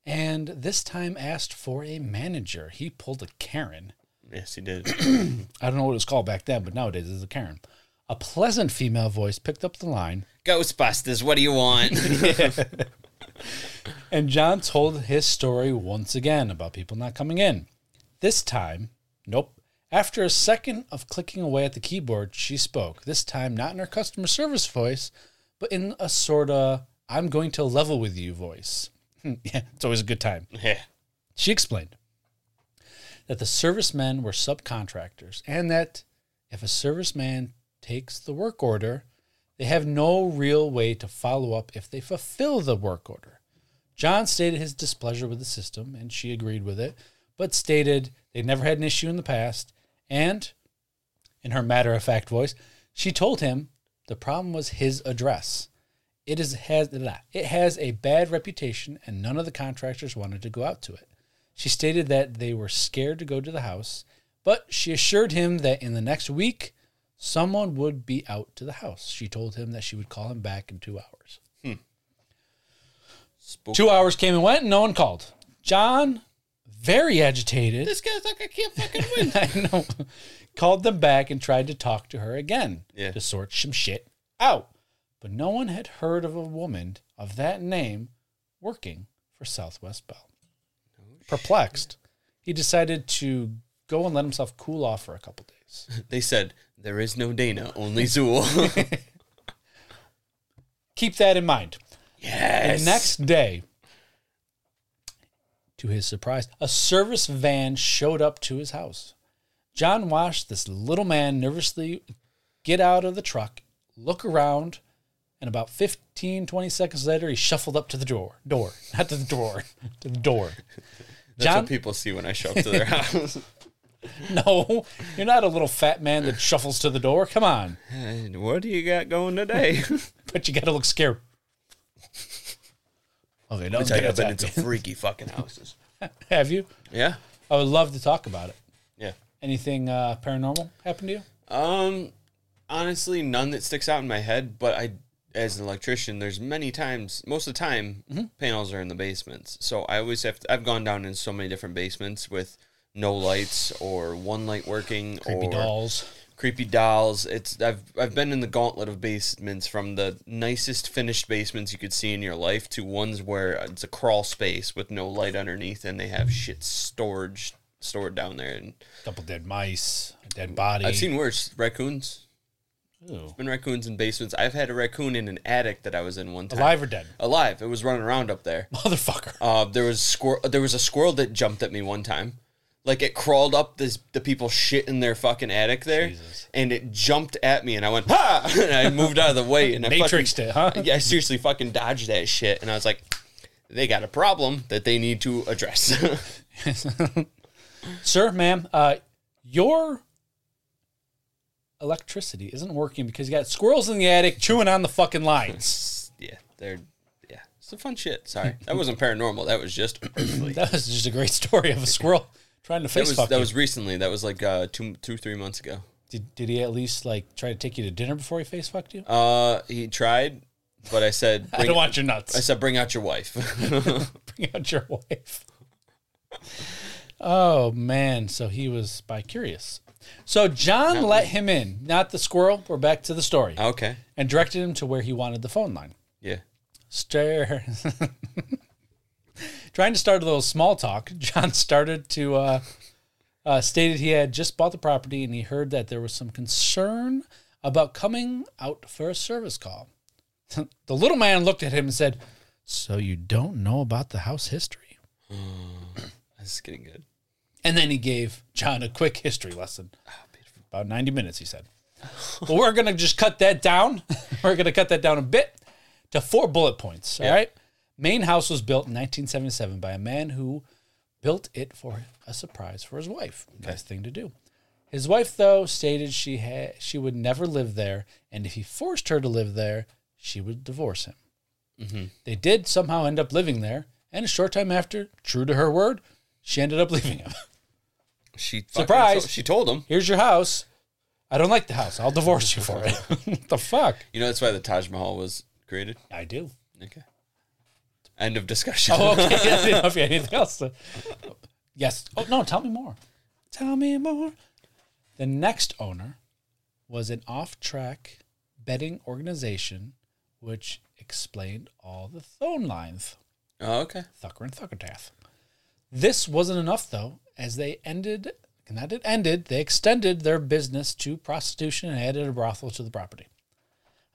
[SPEAKER 2] and this time asked for a manager. He pulled a Karen.
[SPEAKER 1] *coughs* Yes, he did.
[SPEAKER 2] I don't know what it was called back then, but nowadays it's a Karen. A pleasant female voice picked up the line
[SPEAKER 1] *coughs* Ghostbusters, what do you *laughs* want?
[SPEAKER 2] And John told his story once again about people not coming in. This time, nope. After a second of clicking away at the keyboard, she spoke. This time, not in her customer service voice, but in a sort of "I'm going to level with you" voice. *laughs* yeah, it's always a good time.
[SPEAKER 1] yeah.
[SPEAKER 2] She explained that the servicemen were subcontractors and that if a serviceman takes the work order, they have no real way to follow up if they fulfill the work order. John stated his displeasure with the system, and she agreed with it, but stated they never had an issue in the past. And, in her matter of fact voice, she told him the problem was his address. It is has it has a bad reputation, and none of the contractors wanted to go out to it. She stated that they were scared to go to the house, but she assured him that in the next week, someone would be out to the house. She told him that she would call him back in two hours.
[SPEAKER 1] Spook.
[SPEAKER 2] Two hours came and went, and no one called. John, very agitated,
[SPEAKER 1] This guy's like, I can't fucking win.
[SPEAKER 2] *laughs* I know. Called them back and tried to talk to her again
[SPEAKER 1] Yeah.
[SPEAKER 2] to sort some shit out. But no one had heard of a woman of that name working for Southwest Bell. Perplexed, he decided to go and let himself cool off for a couple
[SPEAKER 1] *laughs*
[SPEAKER 2] days.
[SPEAKER 1] *laughs* they said, There is no Dana, only *laughs* Zool.
[SPEAKER 2] Keep that in mind.
[SPEAKER 1] yes.
[SPEAKER 2] The next day, to his surprise, a service van showed up to his house. John watched this little man nervously get out of the truck, look around, and about 15, 20 seconds later, he shuffled up to the door. Door. *laughs* Not to the drawer, to the door.
[SPEAKER 1] *laughs* That's what people see when I show up to *laughs* their house.
[SPEAKER 2] *laughs* No, you're not a little fat man that shuffles to the door. Come on.
[SPEAKER 1] And what do you got going *laughs* today?
[SPEAKER 2] But you got to
[SPEAKER 1] *laughs*
[SPEAKER 2] look scared. Okay, don't
[SPEAKER 1] Tell you, I've
[SPEAKER 2] get
[SPEAKER 1] been
[SPEAKER 2] attacked.
[SPEAKER 1] into freaky fucking houses.
[SPEAKER 2] *laughs* Have you?
[SPEAKER 1] Yeah.
[SPEAKER 2] I would love to talk about it.
[SPEAKER 1] Yeah.
[SPEAKER 2] Anything uh, paranormal happened to you?
[SPEAKER 1] Um, honestly, none that sticks out in my head. But I, as an electrician, there's many times. Most of the time, panels are in the basements. So I always have. To, I've gone down in so many different basements with no lights or one light working
[SPEAKER 2] Creepy
[SPEAKER 1] or
[SPEAKER 2] dolls.
[SPEAKER 1] creepy dolls. It's I've I've been in the gauntlet of basements from the nicest finished basements you could see in your life to ones where it's a crawl space with no light underneath and they have shit storage stored down there. And
[SPEAKER 2] Couple dead mice. A dead body.
[SPEAKER 1] I've seen worse raccoons. *laughs*
[SPEAKER 2] Ew.
[SPEAKER 1] been raccoons in basements. I've had a raccoon in an attic that I was in one time.
[SPEAKER 2] Alive or dead?
[SPEAKER 1] Alive. It was running around up there.
[SPEAKER 2] Motherfucker.
[SPEAKER 1] Uh, there was squirrel. There was a squirrel that jumped at me one time. Like it crawled up this the people's shit in their fucking attic there,
[SPEAKER 2] Jesus.
[SPEAKER 1] and it jumped at me, and I went ha, and I moved out of the way, and I
[SPEAKER 2] Matrixed
[SPEAKER 1] fucking,
[SPEAKER 2] it, huh?
[SPEAKER 1] *laughs* Yeah, I seriously fucking dodged that shit, and I was like, they got a problem that they need to address. *laughs*
[SPEAKER 2] *laughs* Sir, ma'am, uh, your electricity isn't working because you got squirrels in the attic chewing on the fucking lines.
[SPEAKER 1] *laughs* yeah, they're yeah, some fun shit. Sorry, that wasn't paranormal. That was
[SPEAKER 2] *coughs*
[SPEAKER 1] just *clears throat* earthly.
[SPEAKER 2] that was just a great story of a squirrel trying to
[SPEAKER 1] That
[SPEAKER 2] face
[SPEAKER 1] was
[SPEAKER 2] fuck
[SPEAKER 1] that
[SPEAKER 2] you.
[SPEAKER 1] was recently. That was like uh, two two three months ago.
[SPEAKER 2] did, did he at least like try to take you to dinner before he face fucked you?
[SPEAKER 1] Uh, he tried. but I said,
[SPEAKER 2] *laughs* I
[SPEAKER 1] bring,
[SPEAKER 2] don't want your nuts.
[SPEAKER 1] I said, bring out your wife. *laughs*
[SPEAKER 2] *laughs* bring out your wife. oh man, so he was bi curious. So John let him in, not the squirrel. We're back to the story,
[SPEAKER 1] okay.
[SPEAKER 2] and directed him to where he wanted the phone line.
[SPEAKER 1] Yeah.
[SPEAKER 2] Stir. *laughs* Trying to start a little small talk, John started to uh, uh, stated he had just bought the property and he heard that there was some concern about coming out for a service call. *laughs* the little man looked at him and said, "So you don't know about the house history?"
[SPEAKER 1] This is getting good.
[SPEAKER 2] And then he gave John a quick history lesson. About 90 minutes, he said. *laughs* but we're going to just cut that down. *laughs* we're going to cut that down a bit to four bullet points. All right. Main house was built in 1977 by a man who built it for a surprise for his wife. Nice thing to do. His wife, though, stated she had she would never live there, and if he forced her to live there, she would divorce him. They did somehow end up living there, and a short time after, true to her word, she ended up *laughs* leaving him.
[SPEAKER 1] She fucking
[SPEAKER 2] Surprise.
[SPEAKER 1] told- she told him.
[SPEAKER 2] here's your house. I don't like the house. I'll divorce you for it. *laughs* what the fuck?
[SPEAKER 1] You know that's why the Taj Mahal was created.
[SPEAKER 2] I do.
[SPEAKER 1] Okay. End of discussion.
[SPEAKER 2] Oh, *laughs* okay. *laughs* I didn't know if you had anything else. to- Yes. Oh, no, tell me more. Tell me more. The next owner was an off track betting organization which explained all the phone lines.
[SPEAKER 1] *laughs* Oh, okay.
[SPEAKER 2] Thucker and Thuckertath. This wasn't enough, though, as they ended, not it ended, they extended their business to prostitution and added a brothel to the property.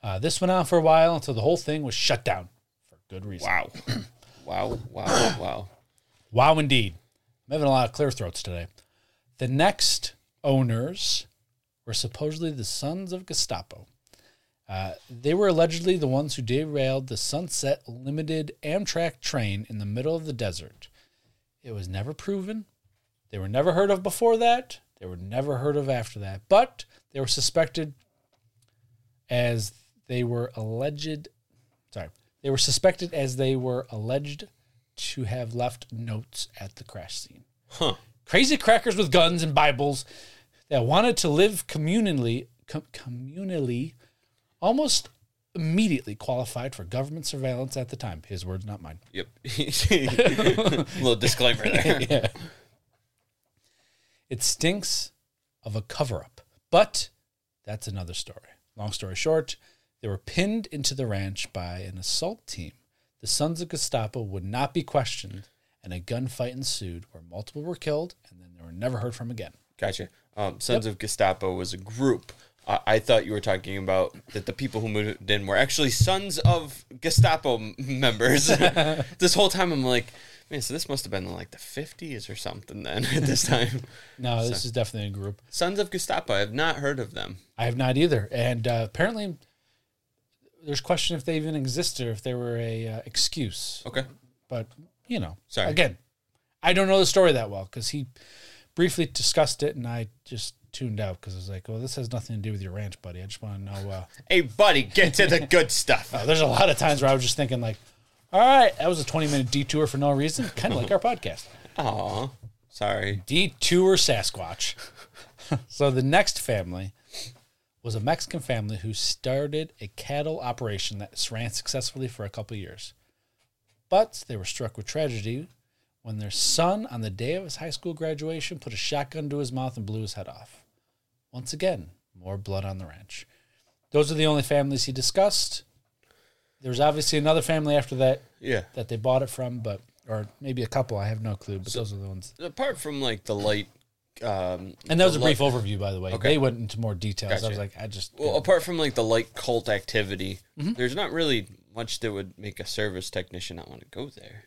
[SPEAKER 2] Uh, this went on for a while until the whole thing was shut down for good reason.
[SPEAKER 1] Wow. wow. Wow. Wow.
[SPEAKER 2] Wow, indeed. I'm having a lot of clear throats today. The next owners were supposedly the sons of Gestapo. Uh, they were allegedly the ones who derailed the Sunset Limited Amtrak train in the middle of the desert. It was never proven. They were never heard of before that. They were never heard of after that. But they were suspected as they were alleged sorry, they were suspected as they were alleged to have left notes at the crash scene.
[SPEAKER 1] Huh.
[SPEAKER 2] Crazy crackers with guns and Bibles that wanted to live communally, com- communally, almost immediately qualified for government surveillance at the time. His words, not mine.
[SPEAKER 1] Yep. *laughs* Little disclaimer
[SPEAKER 2] *laughs*
[SPEAKER 1] there.
[SPEAKER 2] Yeah. It stinks of a cover up, but that's another story. Long story short, they were pinned into the ranch by an assault team. The sons of Gestapo would not be questioned, and a gunfight ensued where multiple were killed and then they were never heard from again.
[SPEAKER 1] Gotcha. Um, Sons of Gestapo was a group. I I thought you were talking about that the people who moved in were actually sons of Gestapo m- members. this whole time I'm like, man, so this must have been in like the 50s or something then *laughs* at this time.
[SPEAKER 2] No, this is definitely a group.
[SPEAKER 1] Sons of Gestapo, I've not heard of them.
[SPEAKER 2] I have not either. And uh, apparently, there's question if they even existed or if they were a uh, excuse.
[SPEAKER 1] Okay.
[SPEAKER 2] but you know,
[SPEAKER 1] Sorry.
[SPEAKER 2] Again, I don't know the story that well because he briefly discussed it, and I just tuned out because I was like, "Well, this has nothing to do with your ranch, buddy. I just want to know." Uh, *laughs*
[SPEAKER 1] Hey, buddy, get to the good stuff.
[SPEAKER 2] uh, there's a lot of times where I was just thinking, like, "All right, that was a 20 minute detour for no reason," kind of like our podcast,
[SPEAKER 1] Aw, sorry.
[SPEAKER 2] detour Sasquatch. so the next family was a Mexican family who started a cattle operation that ran successfully for a couple years. But they were struck with tragedy when their son, on the day of his high school graduation, put a shotgun to his mouth and blew his head off. Once again, more blood on the ranch. Those are the only families he discussed. There was obviously another family after that
[SPEAKER 1] Yeah.
[SPEAKER 2] that they bought it from, but or maybe a couple. I have no clue, but those are the ones.
[SPEAKER 1] Apart from like the light, um,
[SPEAKER 2] And that was
[SPEAKER 1] the
[SPEAKER 2] a
[SPEAKER 1] light-
[SPEAKER 2] brief overview, by the way. They went into more details. I was
[SPEAKER 1] Gotcha.
[SPEAKER 2] like, I just
[SPEAKER 1] Well, apart from like the light cult activity,
[SPEAKER 2] Mm-hmm.
[SPEAKER 1] there's not really much that would make a service technician not want to go there.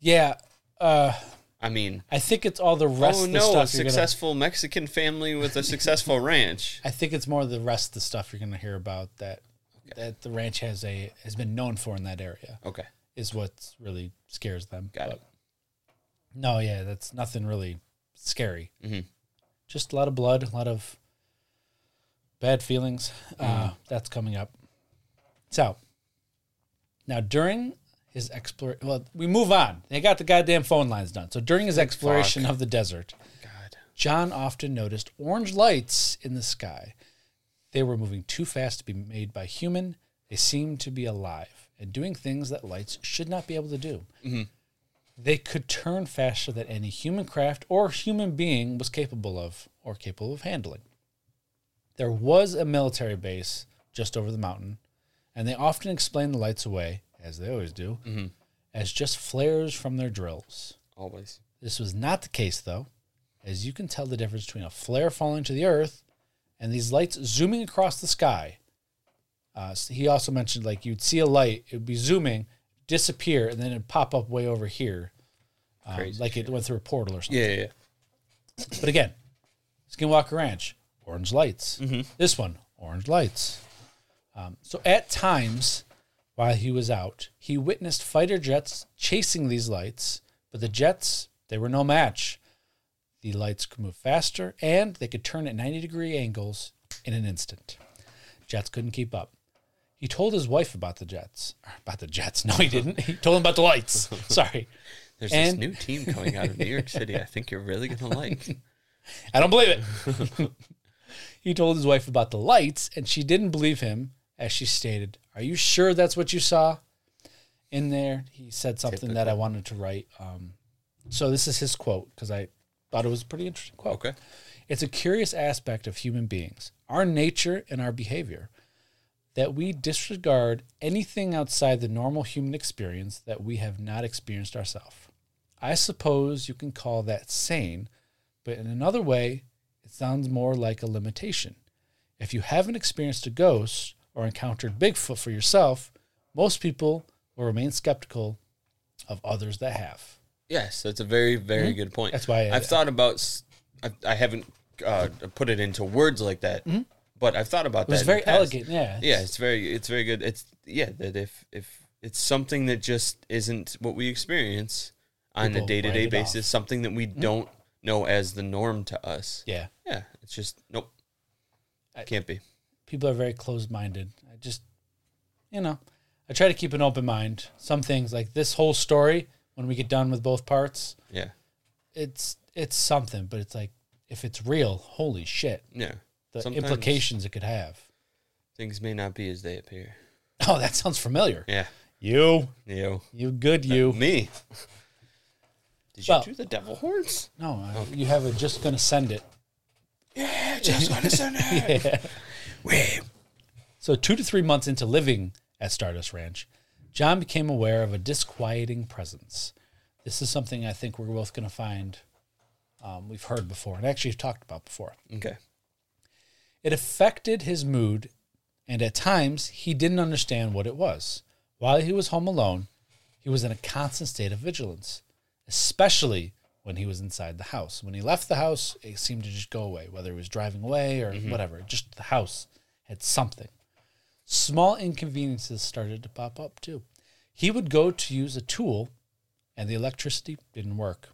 [SPEAKER 2] yeah. Uh,
[SPEAKER 1] I mean,
[SPEAKER 2] I think it's all the rest
[SPEAKER 1] oh
[SPEAKER 2] of the
[SPEAKER 1] no, a
[SPEAKER 2] stuff. You're gonna,
[SPEAKER 1] successful Mexican family with a successful
[SPEAKER 2] *laughs*
[SPEAKER 1] ranch.
[SPEAKER 2] I think it's more the rest of the stuff you're going to hear about that that the ranch has a has been known for in that area
[SPEAKER 1] Okay,
[SPEAKER 2] is what really scares them.
[SPEAKER 1] got it.
[SPEAKER 2] No, yeah, that's nothing really scary.
[SPEAKER 1] Mhm.
[SPEAKER 2] Just a lot of blood, a lot of bad feelings.
[SPEAKER 1] Mm-hmm.
[SPEAKER 2] Uh, that's coming up. So now during his exploration, well, we move on. They got the goddamn phone lines done. So during his exploration of the desert,
[SPEAKER 1] God,
[SPEAKER 2] John often noticed orange lights in the sky. They were moving too fast to be made by human. They seem to be alive and doing things that lights should not be able to do. They could turn faster than any human craft or human being was capable of or capable of handling. There was a military base just over the mountain, and they often explain the lights away, as they always do, as just flares from their drills.
[SPEAKER 1] Always.
[SPEAKER 2] This was not the case, though, as you can tell the difference between a flare falling to the earth and these lights zooming across the sky. Uh, s- he also mentioned like you'd see a light, it would be zooming, disappear, and then it'd pop up way over here, um,
[SPEAKER 1] Crazy
[SPEAKER 2] like it went through a portal or something.
[SPEAKER 1] Yeah, yeah, yeah.
[SPEAKER 2] But again, Skinwalker Ranch, orange lights. This one, orange lights. Um, so at times, while he was out, he witnessed fighter jets chasing these lights, but the jets, they were no match. The lights could move faster and they could turn at 90 degree angles in an instant. Jets couldn't keep up. He told his wife about the jets. Or about the jets. *laughs* No, he didn't. He told him about the lights. Sorry.
[SPEAKER 1] There's
[SPEAKER 2] And-
[SPEAKER 1] this new team coming out of New York City. I think you're really gonna
[SPEAKER 2] *laughs*
[SPEAKER 1] like.
[SPEAKER 2] I don't believe it. *laughs* he told his wife about the lights, and she didn't believe him, as she stated, Are you sure that's what you saw? In there, he said something that I wanted to write. Um, so this is his quote, because I thought it was a pretty interesting quote.
[SPEAKER 1] Okay.
[SPEAKER 2] It's a curious aspect of human beings, our nature and our behavior, that we disregard anything outside the normal human experience that we have not experienced ourselves. I suppose you can call that sane, but in another way, it sounds more like a limitation. If you haven't experienced a ghost or encountered Bigfoot for yourself, most people will remain skeptical of others that have.
[SPEAKER 1] Yes, that's a very, very good point.
[SPEAKER 2] Mm-hmm. That's why uh, I-
[SPEAKER 1] I've thought about. s- I, I haven't uh, put it into words like that, but I've thought about
[SPEAKER 2] Mm-hmm. It
[SPEAKER 1] that.
[SPEAKER 2] was
[SPEAKER 1] in
[SPEAKER 2] very
[SPEAKER 1] the past.
[SPEAKER 2] elegant, yeah.
[SPEAKER 1] Yeah, it's very, it's very good. It's yeah, that if if it's something that just isn't what we experience on
[SPEAKER 2] People
[SPEAKER 1] a day to day
[SPEAKER 2] write it off. Mm-hmm.
[SPEAKER 1] basis, something that we don't know as the norm to us.
[SPEAKER 2] Yeah.
[SPEAKER 1] Yeah, it's just nope,
[SPEAKER 2] I-
[SPEAKER 1] can't be.
[SPEAKER 2] people are very closed minded. I just, you know, I try to keep an open mind. Some things like this whole story, when we get done with both parts,
[SPEAKER 1] Yeah,
[SPEAKER 2] it's it's something, but it's like if it's real, holy shit,
[SPEAKER 1] yeah.
[SPEAKER 2] the
[SPEAKER 1] Sometimes
[SPEAKER 2] implications it could have.
[SPEAKER 1] Things may not be as they appear.
[SPEAKER 2] Oh, that sounds familiar.
[SPEAKER 1] Yeah,
[SPEAKER 2] You,
[SPEAKER 1] you,
[SPEAKER 2] you good, you.
[SPEAKER 1] me. Did you
[SPEAKER 2] Well-
[SPEAKER 1] do the devil horns?
[SPEAKER 2] *laughs* No, I- you have a just gonna send it.
[SPEAKER 1] Just *laughs* gonna send it.
[SPEAKER 2] *laughs*
[SPEAKER 1] Wait.
[SPEAKER 2] So, two to three months into living at Stardust Ranch, John became aware of a disquieting presence. This is something I think we're both going to find um, we've heard before and actually have talked about before.
[SPEAKER 1] Okay.
[SPEAKER 2] It affected his mood, and at times he didn't understand what it was. While he was home alone, he was in a constant state of vigilance, especially when he was inside the house. When he left the house, it seemed to just go away, whether he was driving away or whatever. Just the house had something. Small inconveniences started to pop up too. He would go to use a tool, and the electricity didn't work.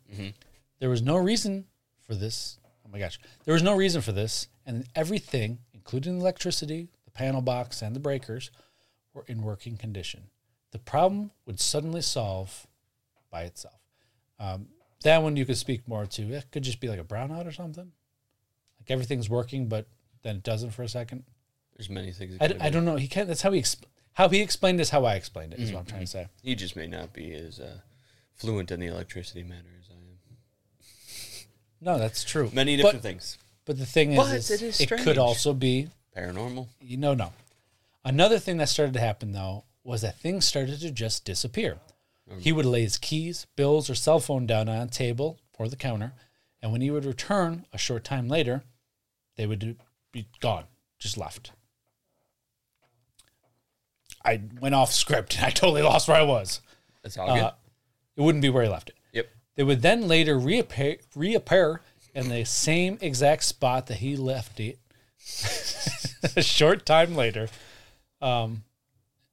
[SPEAKER 2] There was no reason for this. Oh my gosh. There was no reason for this. And everything, including the electricity, the panel box, and the breakers, were in working condition. The problem would suddenly solve by itself. Um, that one you could speak more to. It could just be like a brownout or something. Like everything's working, but then it doesn't for a second.
[SPEAKER 1] There's many things. that
[SPEAKER 2] I,
[SPEAKER 1] could
[SPEAKER 2] d- I don't know. He can't. That's how he exp- how he explained this. How I explained it is what I'm trying to say.
[SPEAKER 1] He just may not be as uh, fluent in the electricity matter as I am.
[SPEAKER 2] No, that's true.
[SPEAKER 1] Many
[SPEAKER 2] But-
[SPEAKER 1] different things.
[SPEAKER 2] But the thing
[SPEAKER 1] But
[SPEAKER 2] is, is
[SPEAKER 1] it is
[SPEAKER 2] it could
[SPEAKER 1] strange.
[SPEAKER 2] also be
[SPEAKER 1] Paranormal.
[SPEAKER 2] you know, no. Another thing that started to happen though was that things started to just disappear. He would lay his keys, bills, or cell phone down on a table or the counter, and when he would return a short time later, they would do- be gone, just left. I went off script and I totally lost where I was.
[SPEAKER 1] That's all
[SPEAKER 2] Uh, it wouldn't be where he left it.
[SPEAKER 1] good. Yep.
[SPEAKER 2] They would then later reappear, reappear in the same exact spot that he left it *laughs* a short time later. Um,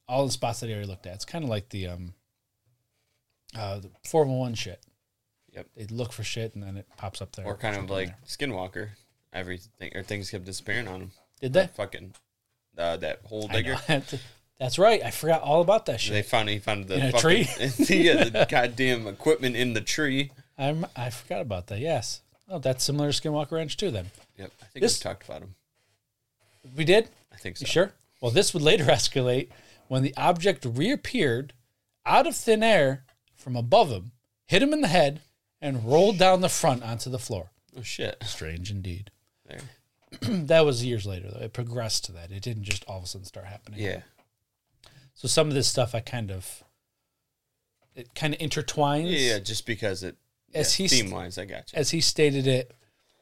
[SPEAKER 2] all the spots that he already looked at. It's kind of like the um, uh, the 411 shit.
[SPEAKER 1] Yep.
[SPEAKER 2] They look for shit and then it pops up there.
[SPEAKER 1] Or kind of like Skinwalker. Everything or things kept disappearing on him.
[SPEAKER 2] Did they?
[SPEAKER 1] Fucking uh, that hole
[SPEAKER 2] *laughs* I
[SPEAKER 1] digger.
[SPEAKER 2] know. That's right. I forgot all about that shit.
[SPEAKER 1] They found he found the
[SPEAKER 2] In a
[SPEAKER 1] fucking, *laughs* yeah,
[SPEAKER 2] *laughs*
[SPEAKER 1] the goddamn equipment in the tree.
[SPEAKER 2] I'm, I forgot about that. Yes. Oh, that's similar to Skinwalker Ranch too. Then
[SPEAKER 1] Yep. I think
[SPEAKER 2] This-
[SPEAKER 1] we talked about him.
[SPEAKER 2] we did.
[SPEAKER 1] I think so.
[SPEAKER 2] You sure? Well, this would later *laughs* escalate when the object reappeared out of thin air from above him, hit him in the head, and rolled down the front onto the floor.
[SPEAKER 1] Oh shit.
[SPEAKER 2] Strange indeed. *clears throat*
[SPEAKER 1] There.
[SPEAKER 2] that was years later, though. It progressed to that. It didn't just all of a sudden start happening.
[SPEAKER 1] Yeah.
[SPEAKER 2] So some of this stuff I kind of, it kind of intertwines.
[SPEAKER 1] Yeah, yeah, just because it
[SPEAKER 2] As
[SPEAKER 1] yeah,
[SPEAKER 2] he's-
[SPEAKER 1] theme wise, I got you.
[SPEAKER 2] as he stated it,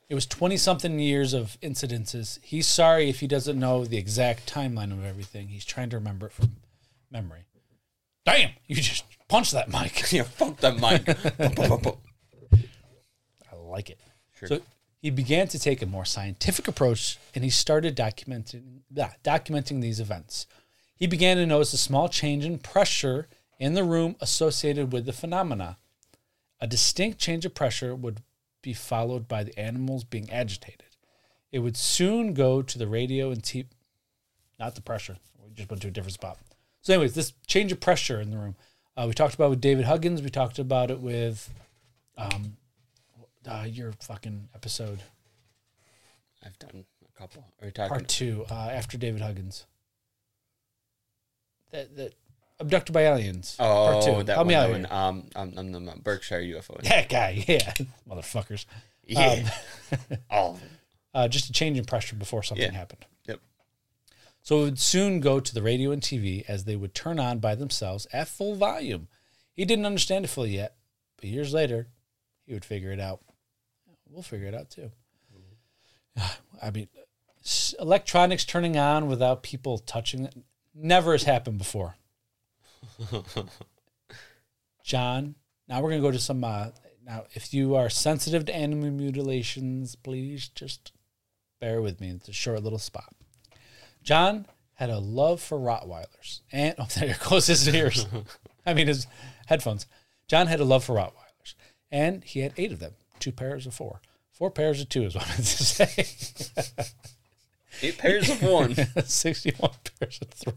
[SPEAKER 2] it was 20 something years of incidences. He's sorry if he doesn't know the exact timeline of everything. He's trying to remember it from memory. Damn, you just punched that
[SPEAKER 1] *laughs*
[SPEAKER 2] mic.
[SPEAKER 1] yeah, fuck that
[SPEAKER 2] *laughs*
[SPEAKER 1] mic. Bum, bum, bum, bum.
[SPEAKER 2] I like it.
[SPEAKER 1] Sure.
[SPEAKER 2] So he began to take a more scientific approach and he started documenting yeah, documenting these events. He began to notice a small change in pressure in the room associated with the phenomena. A distinct change of pressure would be followed by the animals being agitated. It would soon go to the radio and t- not the pressure. We just went to a different spot. So, anyways, this change of pressure in the room. Uh, we talked about it with David Huggins. We talked about it with um, uh, your fucking episode
[SPEAKER 1] I've done a couple. Are we talking?
[SPEAKER 2] part two uh, after David Huggins. That that abducted by aliens.
[SPEAKER 1] oh,
[SPEAKER 2] part two.
[SPEAKER 1] that
[SPEAKER 2] Help
[SPEAKER 1] one.
[SPEAKER 2] me out
[SPEAKER 1] That
[SPEAKER 2] here.
[SPEAKER 1] one. Um, I'm, I'm the Berkshire UFO.
[SPEAKER 2] *laughs* That guy, yeah, *laughs* motherfuckers.
[SPEAKER 1] Yeah.
[SPEAKER 2] Um, *laughs*
[SPEAKER 1] All of them.
[SPEAKER 2] Uh, just a change in pressure before something
[SPEAKER 1] Yeah.
[SPEAKER 2] happened.
[SPEAKER 1] Yep.
[SPEAKER 2] So it would soon go to the radio and TV as they would turn on by themselves at full volume. He didn't understand it fully yet, but years later, he would figure it out. We'll figure it out too. *sighs* I mean, s- electronics turning on without people touching it never has happened before. John, now we're going to go to some. Uh, now, if you are sensitive to animal mutilations, please just bear with me. It's a short little spot. John had a love for Rottweilers. And oh, *laughs* there goes his ears. I mean, his headphones. John had a love for Rottweilers. And he had eight of them two pairs of four. Four pairs of two is what *laughs* I meant to say.
[SPEAKER 1] Eight pairs of one.
[SPEAKER 2] 61 *laughs* pairs of three.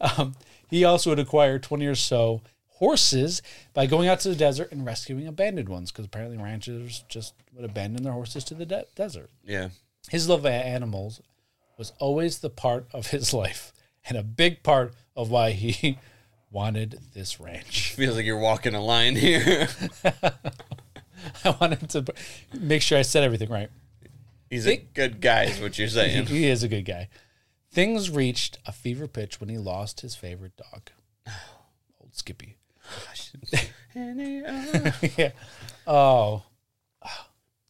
[SPEAKER 2] Um, he also had acquired 20 or so horses by going out to the desert and rescuing abandoned ones because apparently ranchers just would abandon their horses to the de- desert.
[SPEAKER 1] *laughs* yeah.
[SPEAKER 2] His love of animals was always the part of his life and a big part of why he *laughs* wanted this ranch. *laughs*
[SPEAKER 1] Feels like you're walking a line here. *laughs*
[SPEAKER 2] I wanted to make sure I said everything right.
[SPEAKER 1] He's a good guy, is what you're
[SPEAKER 2] *laughs* He,
[SPEAKER 1] saying.
[SPEAKER 2] he is a good guy. Things reached a fever pitch when he lost his favorite dog, old Skippy. *laughs*
[SPEAKER 1] *laughs*
[SPEAKER 2] yeah. Oh.
[SPEAKER 1] Bye,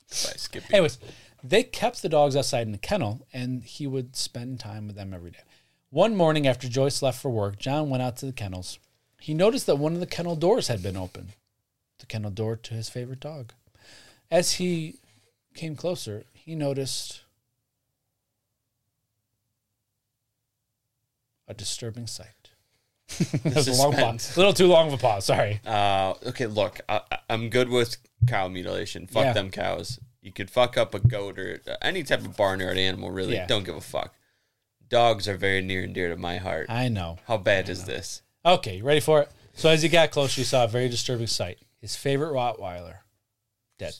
[SPEAKER 1] Skippy.
[SPEAKER 2] Anyways, they kept the dogs outside in the kennel, and he would spend time with them every day. One morning after Joyce left for work, John went out to the kennels. He noticed that one of the kennel doors had been open, the kennel door to his favorite dog. As he came closer, he noticed a disturbing sight. *laughs* that was a long pause.
[SPEAKER 1] suspense.
[SPEAKER 2] A little too long of a pause. Sorry.
[SPEAKER 1] Uh, okay, look, I, I- I'm good with cow mutilation. Fuck
[SPEAKER 2] Yeah.
[SPEAKER 1] them cows. You could fuck up a goat or uh, any type of barnyard animal, really.
[SPEAKER 2] Yeah.
[SPEAKER 1] Don't give a fuck. Dogs are very near and dear to my heart.
[SPEAKER 2] I know.
[SPEAKER 1] How bad is this?
[SPEAKER 2] Okay, you ready for it? So as he got closer, he saw a very disturbing sight. His favorite Rottweiler, dead.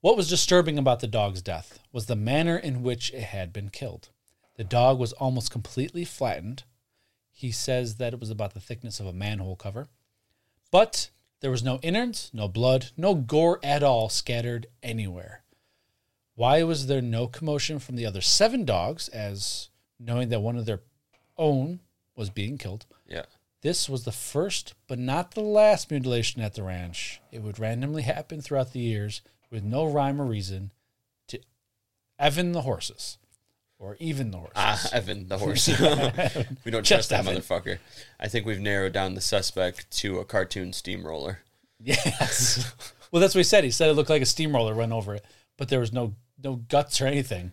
[SPEAKER 2] What was disturbing about the dog's death was the manner in which it had been killed. The dog was almost completely flattened. He says that it was about the thickness of a manhole cover. But there was no innards, no blood, no gore at all scattered anywhere. Why was there no commotion from the other seven dogs, as knowing that one of their own was being killed?
[SPEAKER 1] Yeah.
[SPEAKER 2] This was the first, but not the last mutilation at the ranch. It would randomly happen throughout the years with no rhyme or reason to Evan the horses or even the horses.
[SPEAKER 1] Ah, Evan,
[SPEAKER 2] *laughs*
[SPEAKER 1] the horse. we don't trust
[SPEAKER 2] Just
[SPEAKER 1] that
[SPEAKER 2] Evan.
[SPEAKER 1] motherfucker. I think we've narrowed down the suspect to a cartoon steamroller.
[SPEAKER 2] Yes. *laughs* well, that's what he said. He said it looked like a steamroller went over it, but there was no no guts or anything.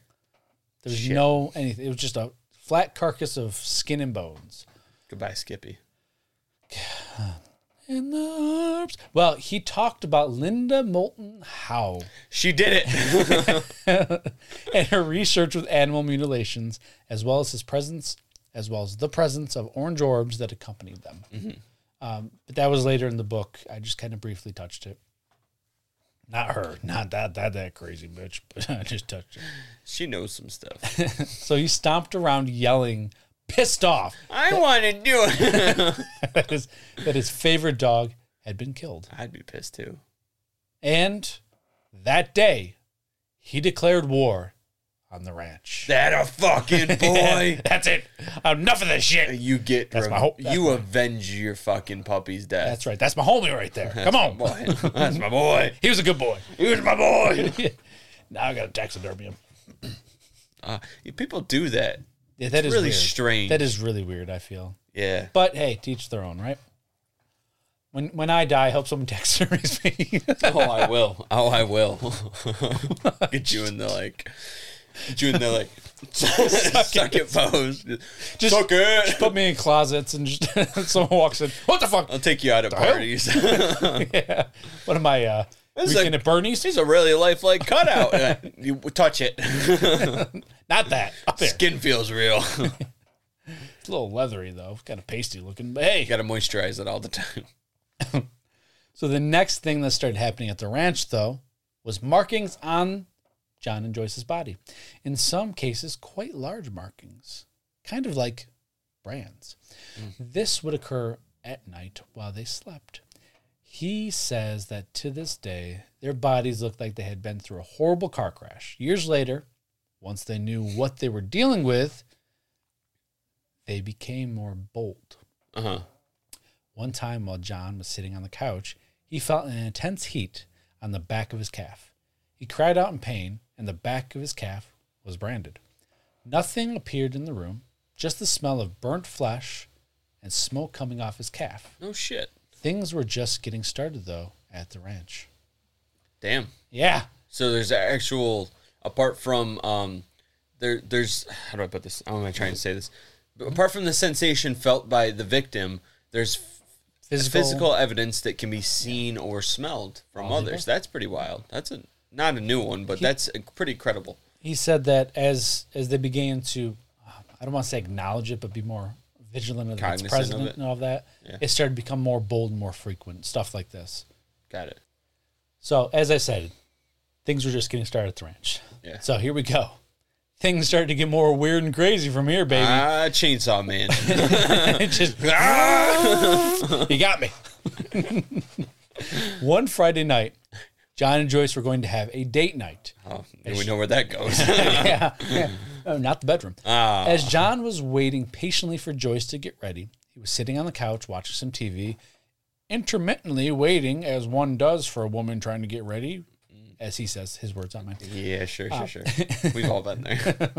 [SPEAKER 2] There was
[SPEAKER 1] Shit.
[SPEAKER 2] no anything. It was just a flat carcass of skin and bones.
[SPEAKER 1] Goodbye, Skippy.
[SPEAKER 2] And the arms. Well, he talked about Linda Moulton Howe.
[SPEAKER 1] She did it. *laughs*
[SPEAKER 2] and her research with animal mutilations, as well as his presence, as well as the presence of orange orbs that accompanied them. Um, but that was later in the book. I just kind of briefly touched it. Not her, not that that that crazy *laughs* bitch, but I just touched it.
[SPEAKER 1] she knows some stuff.
[SPEAKER 2] So he stomped around yelling, pissed off *laughs*
[SPEAKER 1] I want to do it. *laughs*
[SPEAKER 2] that his, that his favorite dog had been killed.
[SPEAKER 1] I'd be pissed too.
[SPEAKER 2] And that day, he declared war on the ranch.
[SPEAKER 1] That a
[SPEAKER 2] *laughs*
[SPEAKER 1] fucking boy.
[SPEAKER 2] That's it. Enough of this shit.
[SPEAKER 1] You get
[SPEAKER 2] That's
[SPEAKER 1] rev-
[SPEAKER 2] my hope. That's
[SPEAKER 1] you
[SPEAKER 2] my-
[SPEAKER 1] avenge your fucking puppy's death.
[SPEAKER 2] That's right. That's my homie right there. Come on.
[SPEAKER 1] boy. *laughs* That's my boy.
[SPEAKER 2] *laughs* He was a good boy. *laughs*
[SPEAKER 1] He was my boy.
[SPEAKER 2] now I got to taxidermy him.
[SPEAKER 1] Uh, people do that.
[SPEAKER 2] Yeah, that is
[SPEAKER 1] really
[SPEAKER 2] weird.
[SPEAKER 1] strange.
[SPEAKER 2] That is really weird, I feel.
[SPEAKER 1] Yeah.
[SPEAKER 2] But hey, teach their own, right? When when I die, help someone *laughs* taxidermy me.
[SPEAKER 1] Oh, I will. Oh, I *laughs* will. get you in the like. Get you in the like. suck it pose.
[SPEAKER 2] Just-
[SPEAKER 1] Just suck it.
[SPEAKER 2] Put me in closets and just *laughs* someone walks in. What the fuck?
[SPEAKER 1] I'll take you out at parties. *laughs*
[SPEAKER 2] *laughs* yeah. What am I? Uh,
[SPEAKER 1] Uh-huh. This is
[SPEAKER 2] weekend
[SPEAKER 1] like-
[SPEAKER 2] at Bernie's?
[SPEAKER 1] He's a really lifelike *laughs* cutout. Uh, you touch it.
[SPEAKER 2] Not that. Up there.
[SPEAKER 1] Skin feels *laughs* real.
[SPEAKER 2] It's a little leathery though, kind of pasty looking. But hey,
[SPEAKER 1] you gotta moisturize it all the time.
[SPEAKER 2] So the next thing that started happening at the ranch, though, was markings on John and Joyce's body. In some cases, quite large markings, kind of like brands. This would occur at night while they slept. He says that to this day, their bodies looked like they had been through a horrible car crash. Years later, once they knew what they were dealing with, they became more bold.
[SPEAKER 1] Uh huh.
[SPEAKER 2] One time while John was sitting on the couch, he felt an intense heat on the back of his calf. He cried out in pain, and the back of his calf was branded. Nothing appeared in the room, just the smell of burnt flesh and smoke coming off his calf.
[SPEAKER 1] No shit.
[SPEAKER 2] Things were just getting started, though, at the ranch.
[SPEAKER 1] Damn.
[SPEAKER 2] Yeah.
[SPEAKER 1] So there's actual apart from um there there's how do I put this? How am I trying to say this? But apart from the sensation felt by the victim, there's
[SPEAKER 2] Physical.
[SPEAKER 1] physical evidence that can be seen or smelled from others. That's pretty wild. That's a not a new one, but that's uh, pretty credible.
[SPEAKER 2] He said that as as they began to, um, I don't want to say acknowledge it, but be more vigilant of what's
[SPEAKER 1] Cognizant of
[SPEAKER 2] present
[SPEAKER 1] it.
[SPEAKER 2] and all that, it started to become more bold and more frequent, stuff like this.
[SPEAKER 1] Got it.
[SPEAKER 2] So, as I said, things were just getting started at the ranch.
[SPEAKER 1] Yeah.
[SPEAKER 2] So here we go. Things started to get more weird and crazy from here, baby.
[SPEAKER 1] Ah, chainsaw
[SPEAKER 2] *laughs*
[SPEAKER 1] man.
[SPEAKER 2] It just
[SPEAKER 1] *laughs* Ah!
[SPEAKER 2] you
[SPEAKER 1] *laughs*
[SPEAKER 2] got me. One Friday night, John and Joyce were going to have a date night.
[SPEAKER 1] Oh, we know where that goes.
[SPEAKER 2] *laughs*
[SPEAKER 1] *laughs*
[SPEAKER 2] yeah, yeah. Oh, not the bedroom.
[SPEAKER 1] Ah.
[SPEAKER 2] As John was waiting patiently for Joyce to get ready, he was sitting on the couch watching some TV, intermittently waiting as one does for a woman trying to get ready,
[SPEAKER 1] Mm.
[SPEAKER 2] as he says his words on mine.
[SPEAKER 1] yeah, sure,
[SPEAKER 2] Ah.
[SPEAKER 1] sure, sure. We've all been there.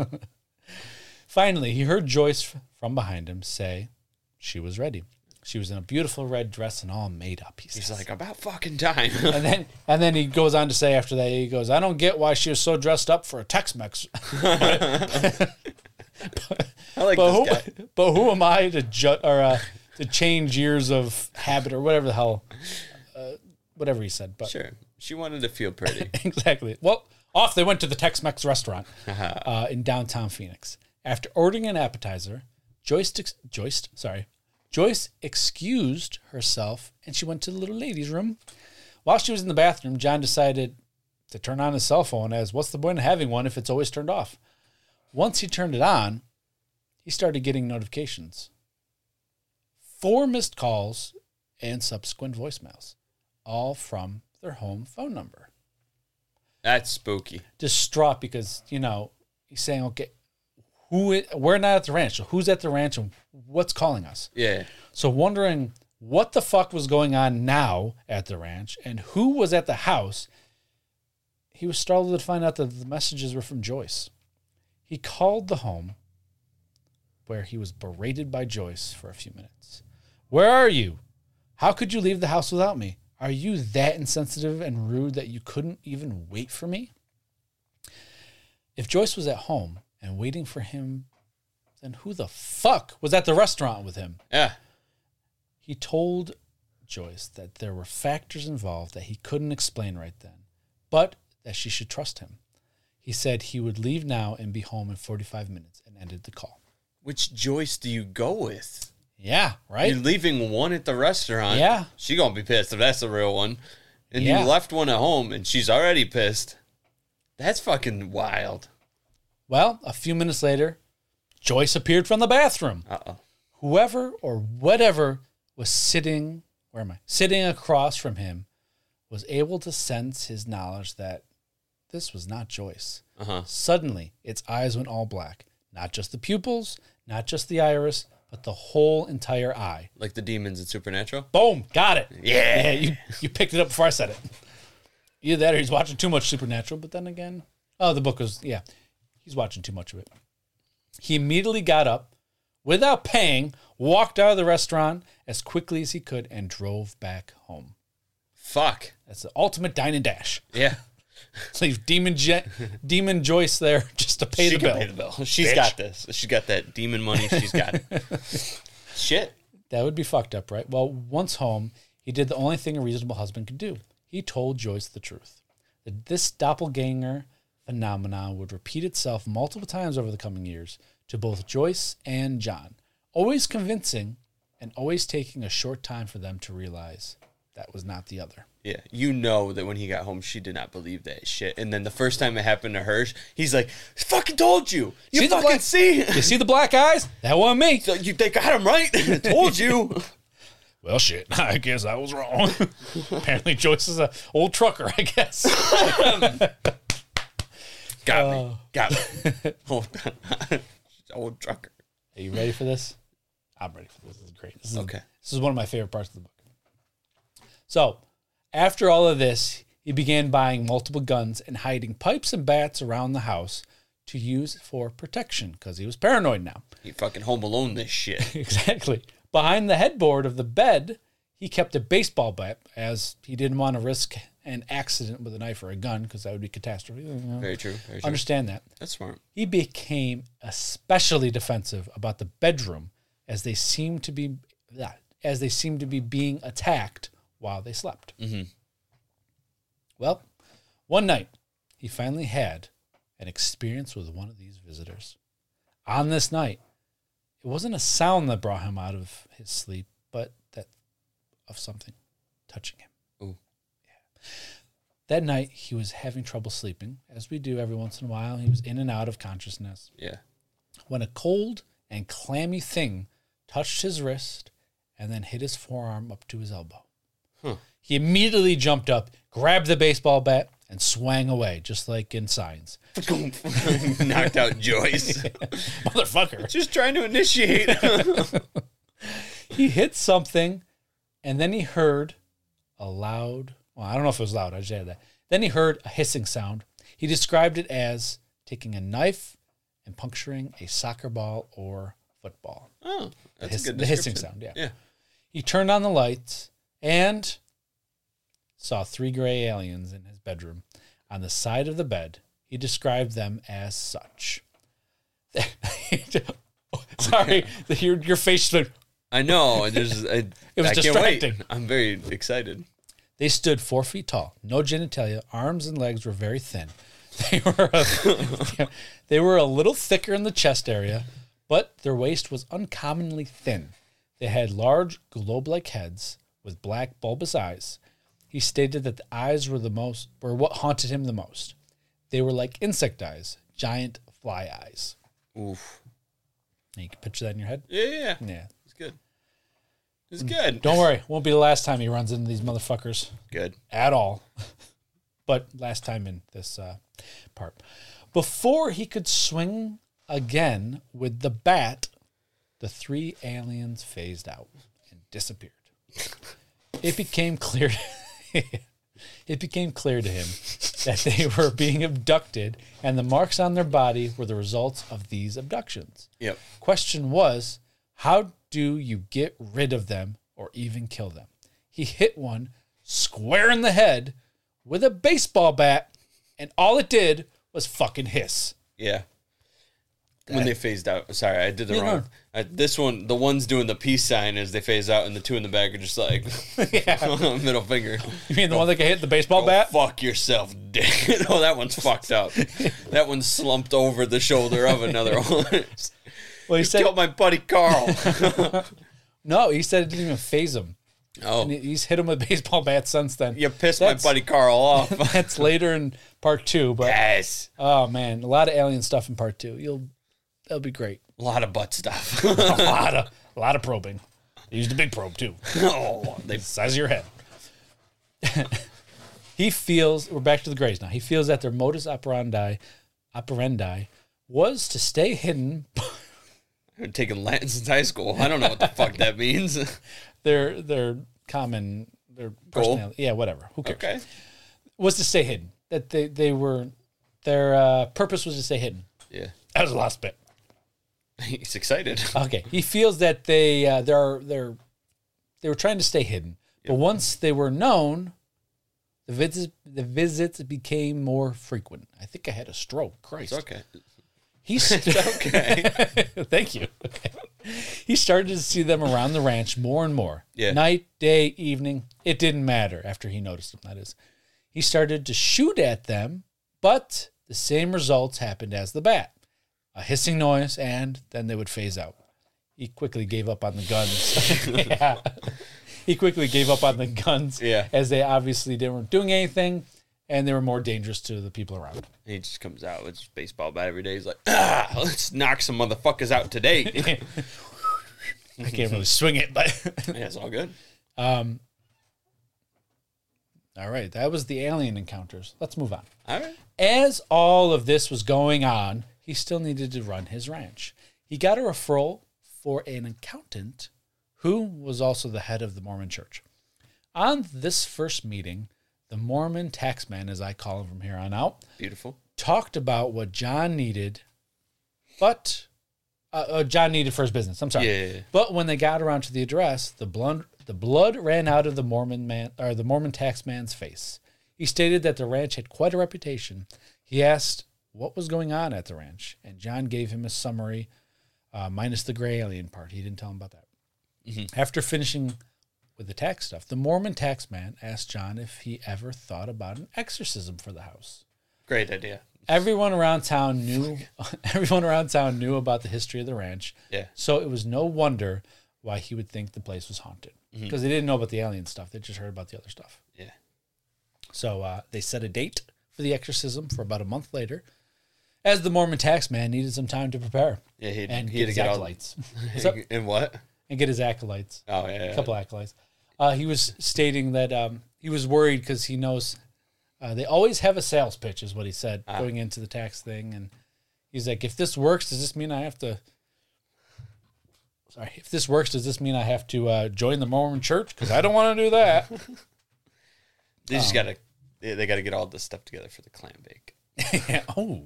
[SPEAKER 2] *laughs* Finally, he heard Joyce f- from behind him say she was ready. She was in a beautiful red dress and all made up. He
[SPEAKER 1] He's
[SPEAKER 2] says.
[SPEAKER 1] like, about fucking time. *laughs*
[SPEAKER 2] and then and then he goes on to say after that he goes, I don't get why she was so dressed up for a *laughs* Tex-Mex.
[SPEAKER 1] I like
[SPEAKER 2] But who,
[SPEAKER 1] this guy.
[SPEAKER 2] but who am I to ju- or uh, to change years of habit or whatever the hell, uh, whatever he said. But
[SPEAKER 1] Sure. She wanted to feel pretty.
[SPEAKER 2] *laughs* exactly. Well, off they went to the Tex-Mex restaurant uh, in downtown Phoenix. After ordering an appetizer, Joyce, ex- Joyce, sorry, Joyce excused herself and she went to the little lady's room. While she was in the bathroom, John decided to turn on his cell phone. As what's the point of having one if it's always turned off? Once he turned it on, he started getting notifications. Four missed calls and subsequent voicemails, all from their home phone number
[SPEAKER 1] That's spooky.
[SPEAKER 2] distraught because you know he's saying, okay, who i- we're not at the ranch, so who's at the ranch and what's calling us?
[SPEAKER 1] Yeah.
[SPEAKER 2] So wondering what the fuck was going on now at the ranch and who was at the house. He was startled to find out that the messages were from Joyce. He called the home where he was berated by Joyce for a few minutes. Where are you? How could you leave the house without me? Are you that insensitive and rude that you couldn't even wait for me? If Joyce was at home and waiting for him, then who the fuck was at the restaurant with him?
[SPEAKER 1] Yeah.
[SPEAKER 2] He told Joyce that there were factors involved that he couldn't explain right then, but that she should trust him. He said he would leave now and be home in 45 minutes and ended the call.
[SPEAKER 1] Which Joyce do you go with?
[SPEAKER 2] Yeah, right?
[SPEAKER 1] You're leaving one at the restaurant.
[SPEAKER 2] Yeah.
[SPEAKER 1] She gonna be pissed if that's the real one. And
[SPEAKER 2] Yeah.
[SPEAKER 1] you left one at home and she's already pissed. That's fucking wild.
[SPEAKER 2] Well, a few minutes later, Joyce appeared from the bathroom.
[SPEAKER 1] Uh oh.
[SPEAKER 2] whoever or whatever was sitting where am I sitting across from him was able to sense his knowledge that this was not Joyce.
[SPEAKER 1] Uh huh.
[SPEAKER 2] Suddenly, its eyes went all black. Not just the pupils, not just the iris, but the whole entire eye.
[SPEAKER 1] Like the demons in Supernatural.
[SPEAKER 2] Boom, got it.
[SPEAKER 1] Yeah.
[SPEAKER 2] Yeah, you, *laughs* you picked it up before I said it. Either that or he's watching too much Supernatural, but then again, oh, the book was, yeah, he's watching too much of it. He immediately got up without paying, walked out of the restaurant as quickly as he could, and drove back home.
[SPEAKER 1] Fuck.
[SPEAKER 2] That's the ultimate dine and dash. *laughs*
[SPEAKER 1] Yeah.
[SPEAKER 2] Leave Demon, Je- Demon Joyce there *laughs* just to pay
[SPEAKER 1] she
[SPEAKER 2] the
[SPEAKER 1] can
[SPEAKER 2] bill.
[SPEAKER 1] pay the bill. She's
[SPEAKER 2] Bitch.
[SPEAKER 1] got this. She's got that demon money. She's got it.
[SPEAKER 2] *laughs*
[SPEAKER 1] Shit.
[SPEAKER 2] That would be fucked up, right? Well, once home, he did the only thing a reasonable husband could do. He told Joyce the truth that this doppelganger phenomenon would repeat itself multiple times over the coming years to both Joyce and John, always convincing and always taking a short time for them to realize that was not the other.
[SPEAKER 1] Yeah, you know that when he got home, she did not believe that shit. And then the first time it happened to her, he's like, "Fucking told you, you
[SPEAKER 2] See the
[SPEAKER 1] fucking
[SPEAKER 2] black-
[SPEAKER 1] see, *laughs*
[SPEAKER 2] You see the black eyes? That wasn't me.
[SPEAKER 1] So you they got him right. *laughs* told
[SPEAKER 2] *laughs*
[SPEAKER 1] you."
[SPEAKER 2] Well, shit. *laughs* I guess I was wrong. *laughs* Apparently, Joyce is a old trucker. I guess. *laughs*
[SPEAKER 1] Got me. Got me. *laughs* Hold on. *laughs* Old trucker.
[SPEAKER 2] Are you ready for this? I'm ready for this. This is great. This is,
[SPEAKER 1] Okay.
[SPEAKER 2] This is one of my favorite parts of the book. So, after all of this, he began buying multiple guns and hiding pipes and bats around the house to use for protection because he was paranoid now.
[SPEAKER 1] He fucking home alone this shit.
[SPEAKER 2] exactly. Behind the headboard of the bed, he kept a baseball bat as he didn't want to risk an accident with a knife or a gun because that would be catastrophe. You know,
[SPEAKER 1] Very true. Very true.
[SPEAKER 2] Understand that
[SPEAKER 1] That's smart.
[SPEAKER 2] he became especially defensive about the bedroom as they seemed to be as they seemed to be being attacked while they slept. Well, one night he finally had an experience with one of these visitors. On this night, it wasn't a sound that brought him out of his sleep, but that of something touching him.
[SPEAKER 1] Ooh.
[SPEAKER 2] That night, he was having trouble sleeping, as we do every once in a while. He was in and out of consciousness
[SPEAKER 1] Yeah.
[SPEAKER 2] when a cold and clammy thing touched his wrist and then hit his forearm up to his elbow.
[SPEAKER 1] Huh.
[SPEAKER 2] He immediately jumped up, grabbed the baseball bat, and swung away, just like in signs. *laughs*
[SPEAKER 1] *laughs* Knocked out Joyce. *laughs*
[SPEAKER 2] Motherfucker.
[SPEAKER 1] Just trying to initiate.
[SPEAKER 2] he hit something and then he heard a loud well i don't know if it was loud i just added that then he heard a hissing sound he described it as taking a knife and puncturing a soccer ball or football
[SPEAKER 1] *laughs* *laughs* oh, that's
[SPEAKER 2] hiss-
[SPEAKER 1] a good
[SPEAKER 2] the hissing
[SPEAKER 1] description.
[SPEAKER 2] sound, yeah.
[SPEAKER 1] Yeah.
[SPEAKER 2] he turned on the lights and saw three gray aliens in his bedroom on the side of the bed he described them as such *laughs* sorry your, your face just went
[SPEAKER 1] I know. and There's, *laughs* I,
[SPEAKER 2] was
[SPEAKER 1] I can't wait.
[SPEAKER 2] distracting.
[SPEAKER 1] I'm very excited.
[SPEAKER 2] They stood four feet tall, no genitalia, arms and legs were very thin. *laughs* They were a, *laughs* they were a little thicker in the chest area, but their waist was uncommonly thin. They had large globe-like heads with black bulbous eyes. He stated that the eyes were the most were what haunted him the most. They were like insect eyes, giant fly eyes.
[SPEAKER 1] Oof.
[SPEAKER 2] Now you can picture that in your head.
[SPEAKER 1] Yeah, yeah. yeah.
[SPEAKER 2] Yeah.
[SPEAKER 1] It's good. It's good.
[SPEAKER 2] Don't worry, won't be the last time he runs into these motherfuckers.
[SPEAKER 1] Good.
[SPEAKER 2] at all. but last time in this uh, part. Before he could swing again with the bat, the three aliens phased out and disappeared. It became clear. *laughs* it became clear to him that they were being abducted, and the marks on their body were the results of these abductions.
[SPEAKER 1] Yep.
[SPEAKER 2] Question was, how do you get rid of them or even kill them? He hit one square in the head with a baseball bat, and all it did was
[SPEAKER 1] *laughs*
[SPEAKER 2] fucking hiss.
[SPEAKER 1] Yeah. When they phased out, sorry, I did the
[SPEAKER 2] Yeah,
[SPEAKER 1] wrong.
[SPEAKER 2] no.
[SPEAKER 1] I, this one, the ones doing the peace sign as they phase out, and the two in the back are just like
[SPEAKER 2] *laughs* yeah.
[SPEAKER 1] *laughs* middle finger.
[SPEAKER 2] You mean the one that got hit with the baseball
[SPEAKER 1] Go
[SPEAKER 2] bat?
[SPEAKER 1] fuck yourself, dick. *laughs* oh, that one's fucked
[SPEAKER 2] *laughs*
[SPEAKER 1] up. That one slumped over the shoulder of another one.
[SPEAKER 2] Well, he said
[SPEAKER 1] Killed my buddy
[SPEAKER 2] *laughs*
[SPEAKER 1] Carl.
[SPEAKER 2] no. He said it didn't even phase him.
[SPEAKER 1] oh,
[SPEAKER 2] He- He's hit him with *laughs* a baseball bat since then.
[SPEAKER 1] you pissed
[SPEAKER 2] That's-
[SPEAKER 1] my buddy Carl
[SPEAKER 2] *laughs*
[SPEAKER 1] off.
[SPEAKER 2] That's later in part two, but
[SPEAKER 1] yes.
[SPEAKER 2] oh man, a lot of alien stuff in part two. You'll That'll be great. *laughs*
[SPEAKER 1] A lot of butt stuff. *laughs*
[SPEAKER 2] A lot of a lot of probing. They used a big probe too.
[SPEAKER 1] oh, they,
[SPEAKER 2] size of your head. *laughs* he feels we're back to the Greys now. He feels that their modus operandi operandi was to stay hidden.
[SPEAKER 1] I've been taking Latin since high school. I don't know what the fuck that means. *laughs*
[SPEAKER 2] Their their common their personality. Yeah, whatever. Who cares?
[SPEAKER 1] okay.
[SPEAKER 2] Was to stay hidden. That they they were their uh, purpose was to stay hidden.
[SPEAKER 1] Yeah. *laughs*
[SPEAKER 2] That was the last bit.
[SPEAKER 1] He's excited.
[SPEAKER 2] Okay, he feels that they uh, they're they're they were trying to stay hidden, but once they were known, the visits the visits became more frequent. I think I had a stroke. Christ,
[SPEAKER 1] It's okay.
[SPEAKER 2] he st-
[SPEAKER 1] Okay.
[SPEAKER 2] *laughs* thank you. He started to see them around the ranch more and more.
[SPEAKER 1] Yeah.
[SPEAKER 2] Night, day, evening, it didn't matter after he noticed them, that is. He started to shoot at them, but the same results happened as the bat a hissing noise, and then they would phase out. He quickly gave up on the guns. *laughs* Yeah. He quickly gave up on the guns
[SPEAKER 1] Yeah.
[SPEAKER 2] as they obviously they weren't doing anything and they were more dangerous to the people around.
[SPEAKER 1] *laughs* he just comes out with his baseball bat every day. He's like, ah, let's knock some motherfuckers out today.
[SPEAKER 2] I can't really swing it, but
[SPEAKER 1] yeah, it's all good.
[SPEAKER 2] All right, that was the alien encounters. Let's move on.
[SPEAKER 1] All right.
[SPEAKER 2] As all of this was going on, he still needed to run his ranch. He got a referral for an accountant who was also the head of the Mormon church. On this first meeting, the Mormon taxman, as I call him from here on out,
[SPEAKER 1] Beautiful.
[SPEAKER 2] talked about what John needed, but uh, uh, John needed for his business. I'm sorry.
[SPEAKER 1] Yeah.
[SPEAKER 2] But when they got around to the address, the blood the blood ran out of the Mormon man or the Mormon tax man's face. He stated that the ranch had quite a reputation. He asked what was going on at the ranch, and John gave him a summary, uh, minus the gray alien part. He didn't tell him about that.
[SPEAKER 1] Mm-hmm.
[SPEAKER 2] After finishing with the tax stuff, the Mormon tax man asked John if he ever thought about an exorcism for the house
[SPEAKER 1] Great idea.
[SPEAKER 2] everyone around town knew *laughs* everyone around town knew about the history of the ranch
[SPEAKER 1] Yeah.
[SPEAKER 2] so it was no wonder why he would think the place was haunted
[SPEAKER 1] Mm-hmm.
[SPEAKER 2] because they didn't know about the alien stuff they just heard about the other stuff
[SPEAKER 1] Yeah.
[SPEAKER 2] so uh, they set a date for the exorcism for about a month later as the mormon tax man needed some time to prepare
[SPEAKER 1] Yeah, he
[SPEAKER 2] and
[SPEAKER 1] he
[SPEAKER 2] get
[SPEAKER 1] had to
[SPEAKER 2] his
[SPEAKER 1] get all
[SPEAKER 2] acolytes So-
[SPEAKER 1] *laughs* and what?
[SPEAKER 2] *laughs* and get his acolytes
[SPEAKER 1] Oh yeah,
[SPEAKER 2] a couple acolytes uh, he was stating that um, he was worried because he knows uh, they always have a sales pitch is what he said going into the tax thing and he's like if this works does this mean i have to sorry if this works does this mean i have to uh, join the mormon church because i don't want to do that *laughs*
[SPEAKER 1] They just gotta they, they gotta get all this stuff together for the clam bake.
[SPEAKER 2] oh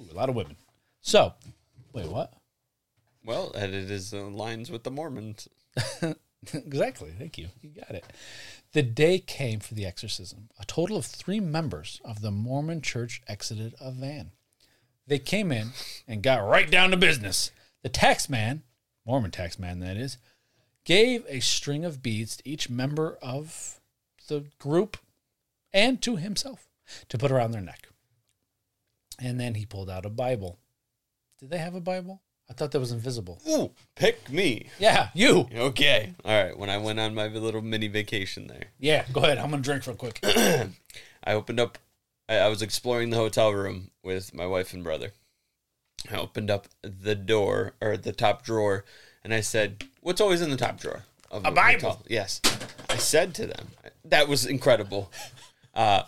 [SPEAKER 2] Ooh, a lot of women so wait what
[SPEAKER 1] Well, and it is in lines with the Mormons.
[SPEAKER 2] exactly. Thank you. You got it. The day came for the exorcism. A total of three members of the Mormon church exited a van. They came in and got right down to business. The tax man, Mormon tax man, that is, gave a string of beads to each member of the group and to himself to put around their neck. And then he pulled out a Bible. Did they have a Bible? I thought that was invisible.
[SPEAKER 1] Ooh, pick me.
[SPEAKER 2] Yeah, you.
[SPEAKER 1] Okay. All right. When I went on my little mini vacation there,
[SPEAKER 2] Yeah, go ahead. I'm going to drink real quick.
[SPEAKER 1] I opened up. I, I was exploring the hotel room with my wife and brother. I opened up the door or the top drawer, and I said, "What's always in the top drawer?" Of a
[SPEAKER 2] Bible.
[SPEAKER 1] Yes. I said to them, "That was incredible." Uh,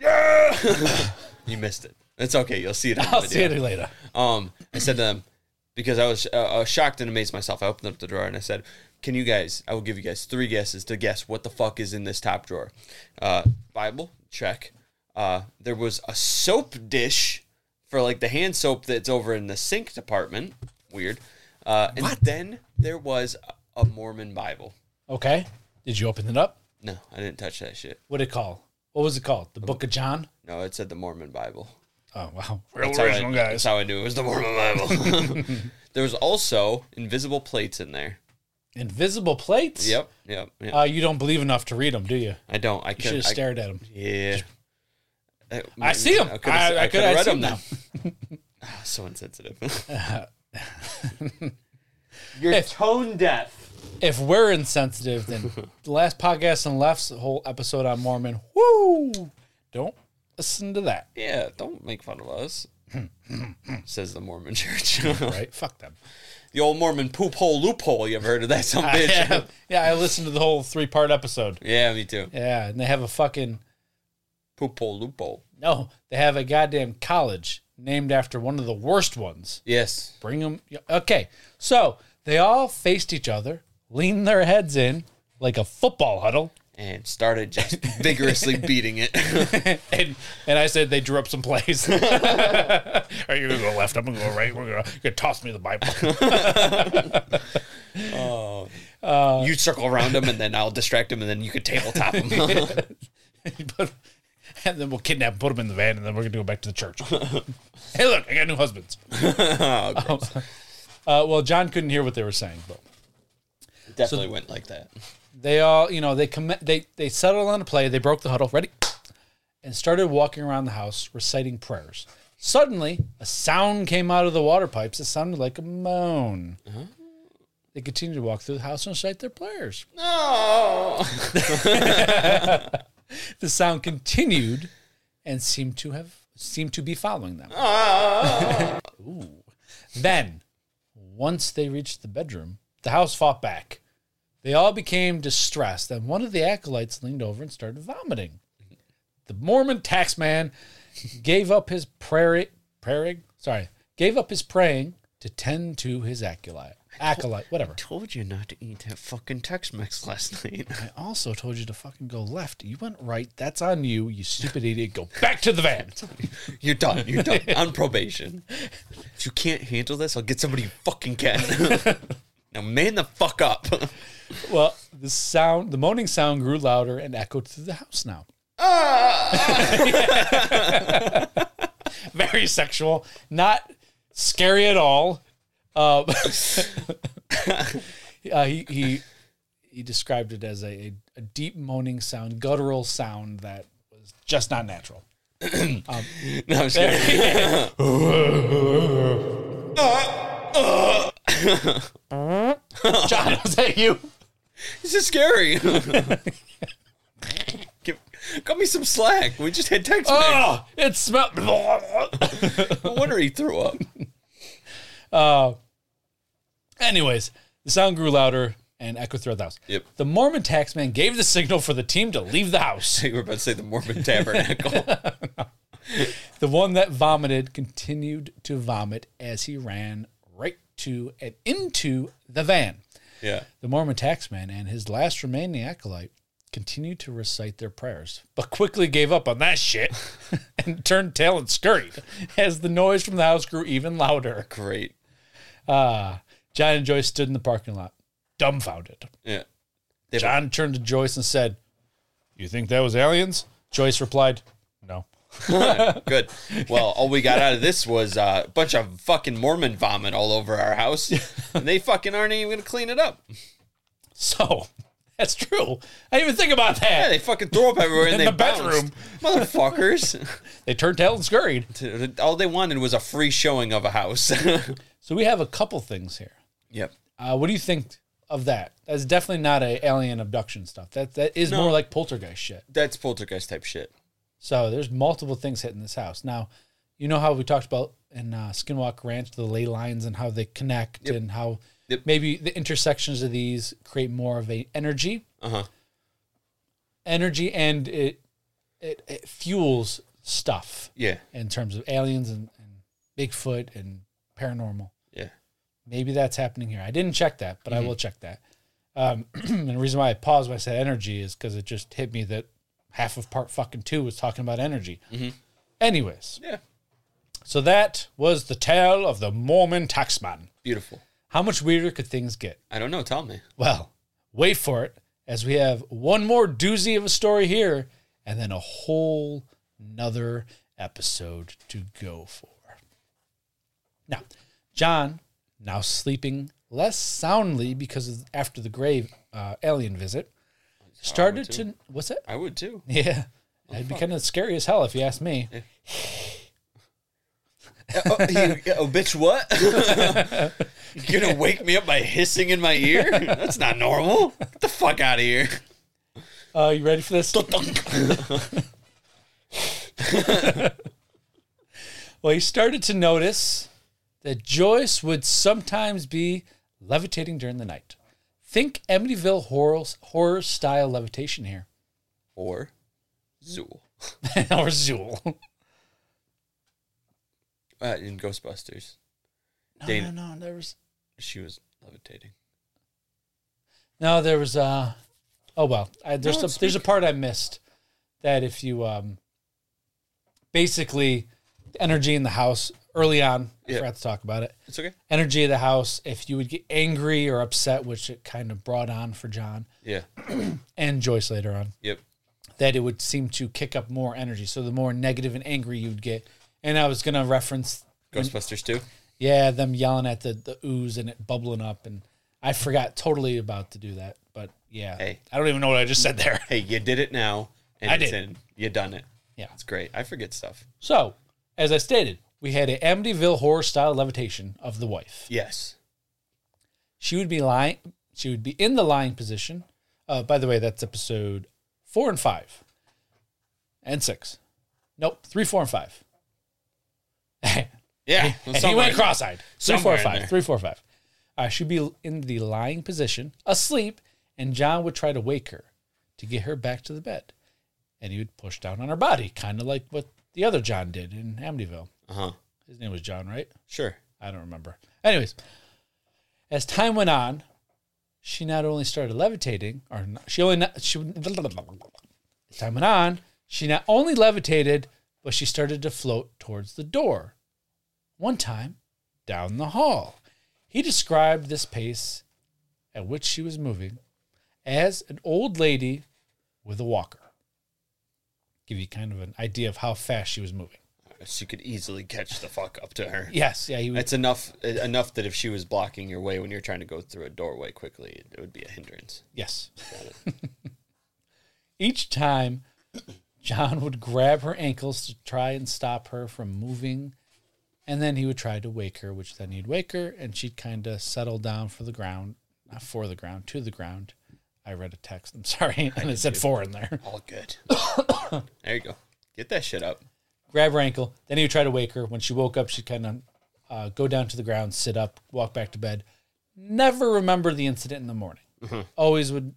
[SPEAKER 1] yeah! *laughs* you missed it. It's okay. You'll
[SPEAKER 2] *laughs*
[SPEAKER 1] see it. on
[SPEAKER 2] I'll
[SPEAKER 1] video.
[SPEAKER 2] see you later.
[SPEAKER 1] Um, I said to them because I was uh, I was shocked and amazed myself. I opened up the drawer and I said, "Can you guys? I will give you guys three guesses to guess what the fuck is in this top drawer. Uh, Bible, check. Uh, there was a soap dish for like the hand soap that's over in the sink department. Weird. Uh, and then there was a Mormon Bible.
[SPEAKER 2] Okay. Did you open it up?
[SPEAKER 1] No, I didn't touch that shit.
[SPEAKER 2] What did it call? What was it called? The Book of John?
[SPEAKER 1] No, it said the Mormon Bible.
[SPEAKER 2] Oh wow. Real
[SPEAKER 1] That's how I- That's how I knew it was the Mormon Bible. *laughs* there was also invisible plates in there.
[SPEAKER 2] Invisible plates?
[SPEAKER 1] Yep, yep, yep.
[SPEAKER 2] Uh, you don't believe enough to read them, do you?
[SPEAKER 1] I don't. I
[SPEAKER 2] Should
[SPEAKER 1] could.
[SPEAKER 2] have
[SPEAKER 1] I,
[SPEAKER 2] stared at them.
[SPEAKER 1] yeah. Uh, I,
[SPEAKER 2] I see them.
[SPEAKER 1] coulda-
[SPEAKER 2] I, I, could have
[SPEAKER 1] read
[SPEAKER 2] read them
[SPEAKER 1] them
[SPEAKER 2] now.
[SPEAKER 1] *laughs* then. So insensitive.
[SPEAKER 2] *laughs*
[SPEAKER 1] You're tone deaf.
[SPEAKER 2] If we're insensitive, then the last podcast and left's whole episode on Mormon. Woo! Don't listen to that. *clears throat*
[SPEAKER 1] Yeah, don't make fun of us. says the Mormon
[SPEAKER 2] *laughs*
[SPEAKER 1] church.
[SPEAKER 2] right? Fuck them.
[SPEAKER 1] *laughs* the old Mormon poop hole loophole. You ever heard of that,
[SPEAKER 2] *laughs*
[SPEAKER 1] some bitch?
[SPEAKER 2] yeah, yeah, I listened to the whole three part episode.
[SPEAKER 1] yeah, me too.
[SPEAKER 2] Yeah, and they have a fucking
[SPEAKER 1] Poop hole loophole.
[SPEAKER 2] no, they have a goddamn college named after one of the worst ones.
[SPEAKER 1] Yes.
[SPEAKER 2] Bring them. Okay, so they all faced each other, leaned their heads in like a football huddle, *laughs*
[SPEAKER 1] And started just vigorously beating it.
[SPEAKER 2] and and I said they drew up some plays. *laughs* Are you gonna go left? I'm gonna go right. We're gonna you toss me the Bible. *laughs* Uh,
[SPEAKER 1] *laughs* you circle around him, and then I'll distract him, and then you could tabletop
[SPEAKER 2] *laughs*
[SPEAKER 1] him.
[SPEAKER 2] But- and then we'll kidnap, him, put him in the van, and then we're gonna go back to the church. *laughs* hey, look, I got new husbands.
[SPEAKER 1] Oh, gross.
[SPEAKER 2] *laughs* Uh, well, John couldn't hear what they were saying, but
[SPEAKER 1] It definitely went like that.
[SPEAKER 2] they all, you know, they com- they they settled on a play. They broke the huddle, ready, and started walking around the house reciting prayers. Suddenly, a sound came out of the water pipes. It sounded like a moan. They continued to walk through the house and recite their prayers.
[SPEAKER 1] No.
[SPEAKER 2] The sound continued, and seemed to have seemed to be following them. Then, once they reached the bedroom, the house fought back. They all became distressed, and one of the acolytes leaned over and started vomiting. The Mormon taxman gave up his prayer, praying, sorry, gave up his praying to tend to his acolyte, acolyte, whatever.
[SPEAKER 1] *laughs* Told you not to eat that fucking Tex-Mex last night.
[SPEAKER 2] I also told you to fucking go left. You went right. That's on you, you stupid idiot. Go back to the van.
[SPEAKER 1] *laughs* You're done. You're *laughs* done. On probation. If you can't handle this, I'll get somebody who fucking can. *laughs* now man the fuck *laughs* up.
[SPEAKER 2] *laughs* Well, the sound, the moaning sound grew louder and echoed through the house now. Very sexual, not scary at all. Um, *laughs* uh, he, he he described it as a, a, a deep moaning sound, guttural sound that was just not natural. *laughs*
[SPEAKER 1] no, *laughs* I'm just kidding. Uh,
[SPEAKER 2] John, was that you?
[SPEAKER 1] This is *laughs* scary. Give, cut me some slack. We just had Tex-Mex.
[SPEAKER 2] Oh, it smelled.
[SPEAKER 1] No wonder he threw up.
[SPEAKER 2] Anyways, the sound grew louder and echoed throughout the house.
[SPEAKER 1] Yep.
[SPEAKER 2] The Mormon taxman gave the signal for the team to leave the house.
[SPEAKER 1] You were about to say the Mormon *laughs* Tabernacle.
[SPEAKER 2] The one that vomited continued to vomit as he ran right to and into the van.
[SPEAKER 1] yeah.
[SPEAKER 2] The Mormon taxman and his last remaining acolyte continued to recite their prayers, but quickly gave up on that shit *laughs* and turned tail and scurried as the noise from the house grew even louder. Ah,
[SPEAKER 1] Great.
[SPEAKER 2] John and Joyce stood in the parking lot, dumbfounded.
[SPEAKER 1] Yeah. They have a-
[SPEAKER 2] John turned to Joyce and said, You think that was aliens? Joyce replied, No. *laughs*
[SPEAKER 1] Good. Well, all we got out of this was uh, a bunch of fucking Mormon vomit all over our house. And they fucking aren't even going to clean it up.
[SPEAKER 2] So that's true. I didn't even think about
[SPEAKER 1] Yeah,
[SPEAKER 2] that.
[SPEAKER 1] they fucking throw up everywhere and
[SPEAKER 2] In
[SPEAKER 1] they
[SPEAKER 2] the
[SPEAKER 1] bounced.
[SPEAKER 2] bedroom.
[SPEAKER 1] Motherfuckers. *laughs*
[SPEAKER 2] They turned tail and scurried.
[SPEAKER 1] all they wanted was a free showing of a house. *laughs*
[SPEAKER 2] So we have a couple things here.
[SPEAKER 1] yep.
[SPEAKER 2] Uh, what do you think of that? That's definitely not a alien abduction stuff. That that is more like poltergeist shit.
[SPEAKER 1] That's poltergeist type shit.
[SPEAKER 2] So there's multiple things hitting this house. Now, you know how we talked about in uh, Skinwalk Ranch the ley lines and how they connect and how
[SPEAKER 1] Yep.
[SPEAKER 2] maybe the intersections of these create more of a energy,
[SPEAKER 1] Uh huh.
[SPEAKER 2] energy, and it it, it fuels stuff
[SPEAKER 1] Yeah.
[SPEAKER 2] in terms of aliens and, and Bigfoot and paranormal.
[SPEAKER 1] Yeah.
[SPEAKER 2] Maybe that's happening here. I didn't check that, but I will check that. Um, *clears throat* and the reason why I paused when I said energy is because it just hit me that half of part fucking two was talking about energy. Anyways,
[SPEAKER 1] Yeah.
[SPEAKER 2] so that was the tale of the Mormon taxman.
[SPEAKER 1] Beautiful.
[SPEAKER 2] How much weirder could things get?
[SPEAKER 1] I don't know. Tell me.
[SPEAKER 2] Well, wait for it, as we have one more doozy of a story here, and then a whole nother episode to go for. Now, John, now sleeping less soundly because of after the grave uh, alien visit, started to what's that? *laughs*
[SPEAKER 1] I would too.
[SPEAKER 2] Yeah, it'd be kind of scary as hell if you asked me.
[SPEAKER 1] *laughs* oh, you- oh, bitch, what? *laughs* You're going to wake me up by hissing in my ear? That's not normal. Get the fuck out of here.
[SPEAKER 2] Uh, you ready for this? *laughs* Well, he started to notice that Joyce would sometimes be levitating during the night. Think Amityville horror, horror style levitation here. *laughs*
[SPEAKER 1] Or
[SPEAKER 2] Mm-hmm.
[SPEAKER 1] Zool.
[SPEAKER 2] or Zool.
[SPEAKER 1] Uh, in Ghostbusters,
[SPEAKER 2] No,
[SPEAKER 1] Dana.
[SPEAKER 2] no, no. There was
[SPEAKER 1] she was levitating.
[SPEAKER 2] no, there was. Uh, oh well, I, there's
[SPEAKER 1] No,
[SPEAKER 2] a, there's a
[SPEAKER 1] speak.
[SPEAKER 2] part I missed that if you um, basically the energy in the house early on, I
[SPEAKER 1] Yeah.
[SPEAKER 2] forgot to talk about it.
[SPEAKER 1] It's okay.
[SPEAKER 2] Energy of the house. If you would get angry or upset, which it kind of brought on for John
[SPEAKER 1] Yeah.
[SPEAKER 2] and Joyce later on,
[SPEAKER 1] Yep.
[SPEAKER 2] that it would seem to kick up more energy. So the more negative and angry you'd get, and I was gonna reference
[SPEAKER 1] Ghostbusters too.
[SPEAKER 2] Yeah, them yelling at the, the ooze and it bubbling up, and I forgot totally about to do that. But yeah,
[SPEAKER 1] Hey.
[SPEAKER 2] I don't even know what I just said there. *laughs*
[SPEAKER 1] Hey, you did it now, and
[SPEAKER 2] I
[SPEAKER 1] it's
[SPEAKER 2] did.
[SPEAKER 1] in. You done it.
[SPEAKER 2] Yeah.
[SPEAKER 1] It's great. I forget stuff.
[SPEAKER 2] So, as I stated, we had a Amityville horror style levitation of the wife.
[SPEAKER 1] Yes.
[SPEAKER 2] She would be lying. She would be in the lying position. Uh, by the way, that's episode four and five, and six. Nope, three, four, and five.
[SPEAKER 1] Yeah.
[SPEAKER 2] And *laughs* he went cross-eyed. Three,
[SPEAKER 1] Somewhere
[SPEAKER 2] four,
[SPEAKER 1] in
[SPEAKER 2] five.
[SPEAKER 1] there.
[SPEAKER 2] Three, four, five. Uh, she'd be in the lying position, asleep, and John would try to wake her to get her back to the bed. And he would push down on her body, kind of like what the other John did in Amityville.
[SPEAKER 1] Uh huh.
[SPEAKER 2] His name was John, right?
[SPEAKER 1] Sure.
[SPEAKER 2] I don't remember. Anyways, as time went on, she not only started levitating, or not, she only not, she as time went on, she not only levitated, but she started to float towards the door. One time, down the hall, he described this pace at which she was moving as an old lady with a walker. Give you kind of an idea of how fast she was moving.
[SPEAKER 1] So you Uh, could easily catch the fuck up to her.
[SPEAKER 2] Yes, yeah, he was
[SPEAKER 1] It's enough uh, enough that if she was blocking your way when you're trying to go through a doorway quickly, it, would be a hindrance.
[SPEAKER 2] Yes. *laughs* Each time, John would grab her ankles to try and stop her from moving, and then he would try to wake her, which then he'd wake her, and she'd kind of settle down for the ground, not for the ground, to the ground. I read a text. I'm *laughs* sorry, and it said four in there.
[SPEAKER 1] All good. *coughs* there you go. Get that shit up.
[SPEAKER 2] Grab her ankle, then he would try to wake her. When she woke up, she'd kind of uh, go down to the ground, sit up, walk back to bed. Never remember the incident in the morning. Always would.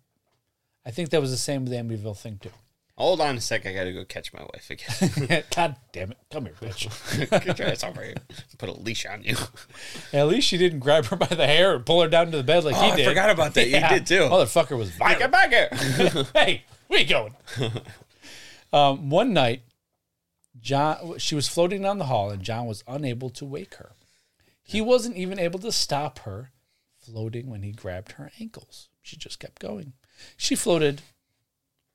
[SPEAKER 2] I think that was the same with the Amityville thing too.
[SPEAKER 1] Hold on a sec. I gotta go catch my wife again.
[SPEAKER 2] *laughs* God damn it. Come here, bitch.
[SPEAKER 1] *laughs* Get your ass over here. Put a leash on you.
[SPEAKER 2] At least she didn't grab her by the hair and pull her down to the bed like
[SPEAKER 1] Oh,
[SPEAKER 2] he
[SPEAKER 1] I
[SPEAKER 2] did.
[SPEAKER 1] forgot about
[SPEAKER 2] *laughs*
[SPEAKER 1] that. You did too.
[SPEAKER 2] Motherfucker was
[SPEAKER 1] Get
[SPEAKER 2] violent.
[SPEAKER 1] back here.
[SPEAKER 2] hey, where you going? *laughs* um, one night, John, she was floating down the hall and John was unable to wake her. He wasn't even able to stop her floating when he grabbed her ankles. She just kept going. She floated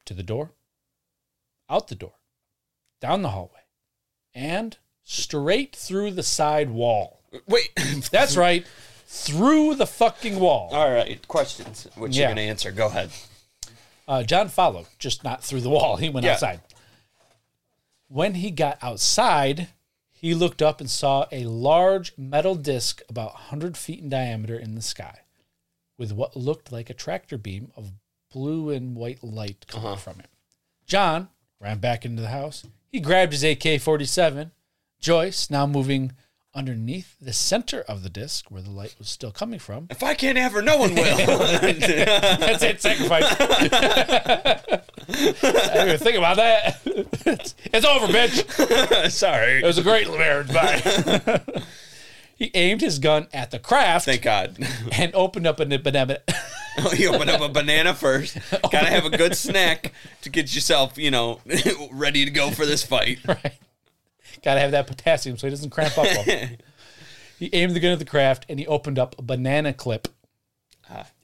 [SPEAKER 2] to the door, out the door, down the hallway, and straight through the side wall.
[SPEAKER 1] *laughs* Wait.
[SPEAKER 2] *laughs* That's right. Through the fucking wall.
[SPEAKER 1] All right. Questions, which
[SPEAKER 2] Yeah.
[SPEAKER 1] you're gonna answer. Go ahead.
[SPEAKER 2] Uh, John followed, just not through the wall. *laughs* He went
[SPEAKER 1] Yeah.
[SPEAKER 2] outside. When he got outside, he looked up and saw a large metal disc about 100 feet in diameter in the sky with what looked like a tractor beam of blue and white light coming from it. John ran back into the house. He grabbed his AK 47. Joyce, now moving underneath the center of the disc where the light was still coming from,
[SPEAKER 1] If I can't have her, no one will. *laughs*
[SPEAKER 2] That's it, sacrifice. I didn't even think about that. *laughs* It's, it's over,
[SPEAKER 1] *laughs*
[SPEAKER 2] bitch.
[SPEAKER 1] Sorry.
[SPEAKER 2] It was a great marriage. Bye.
[SPEAKER 1] *laughs*
[SPEAKER 2] he aimed his gun at the craft
[SPEAKER 1] Thank God. *laughs*
[SPEAKER 2] and opened up an banana. *laughs*
[SPEAKER 1] you open up a banana first. Gotta have a good snack to get yourself, you know, *laughs* ready to go for this fight.
[SPEAKER 2] right. Gotta have that potassium so he doesn't cramp up.
[SPEAKER 1] *laughs*
[SPEAKER 2] on it. he aimed the gun at the craft and he opened up a banana clip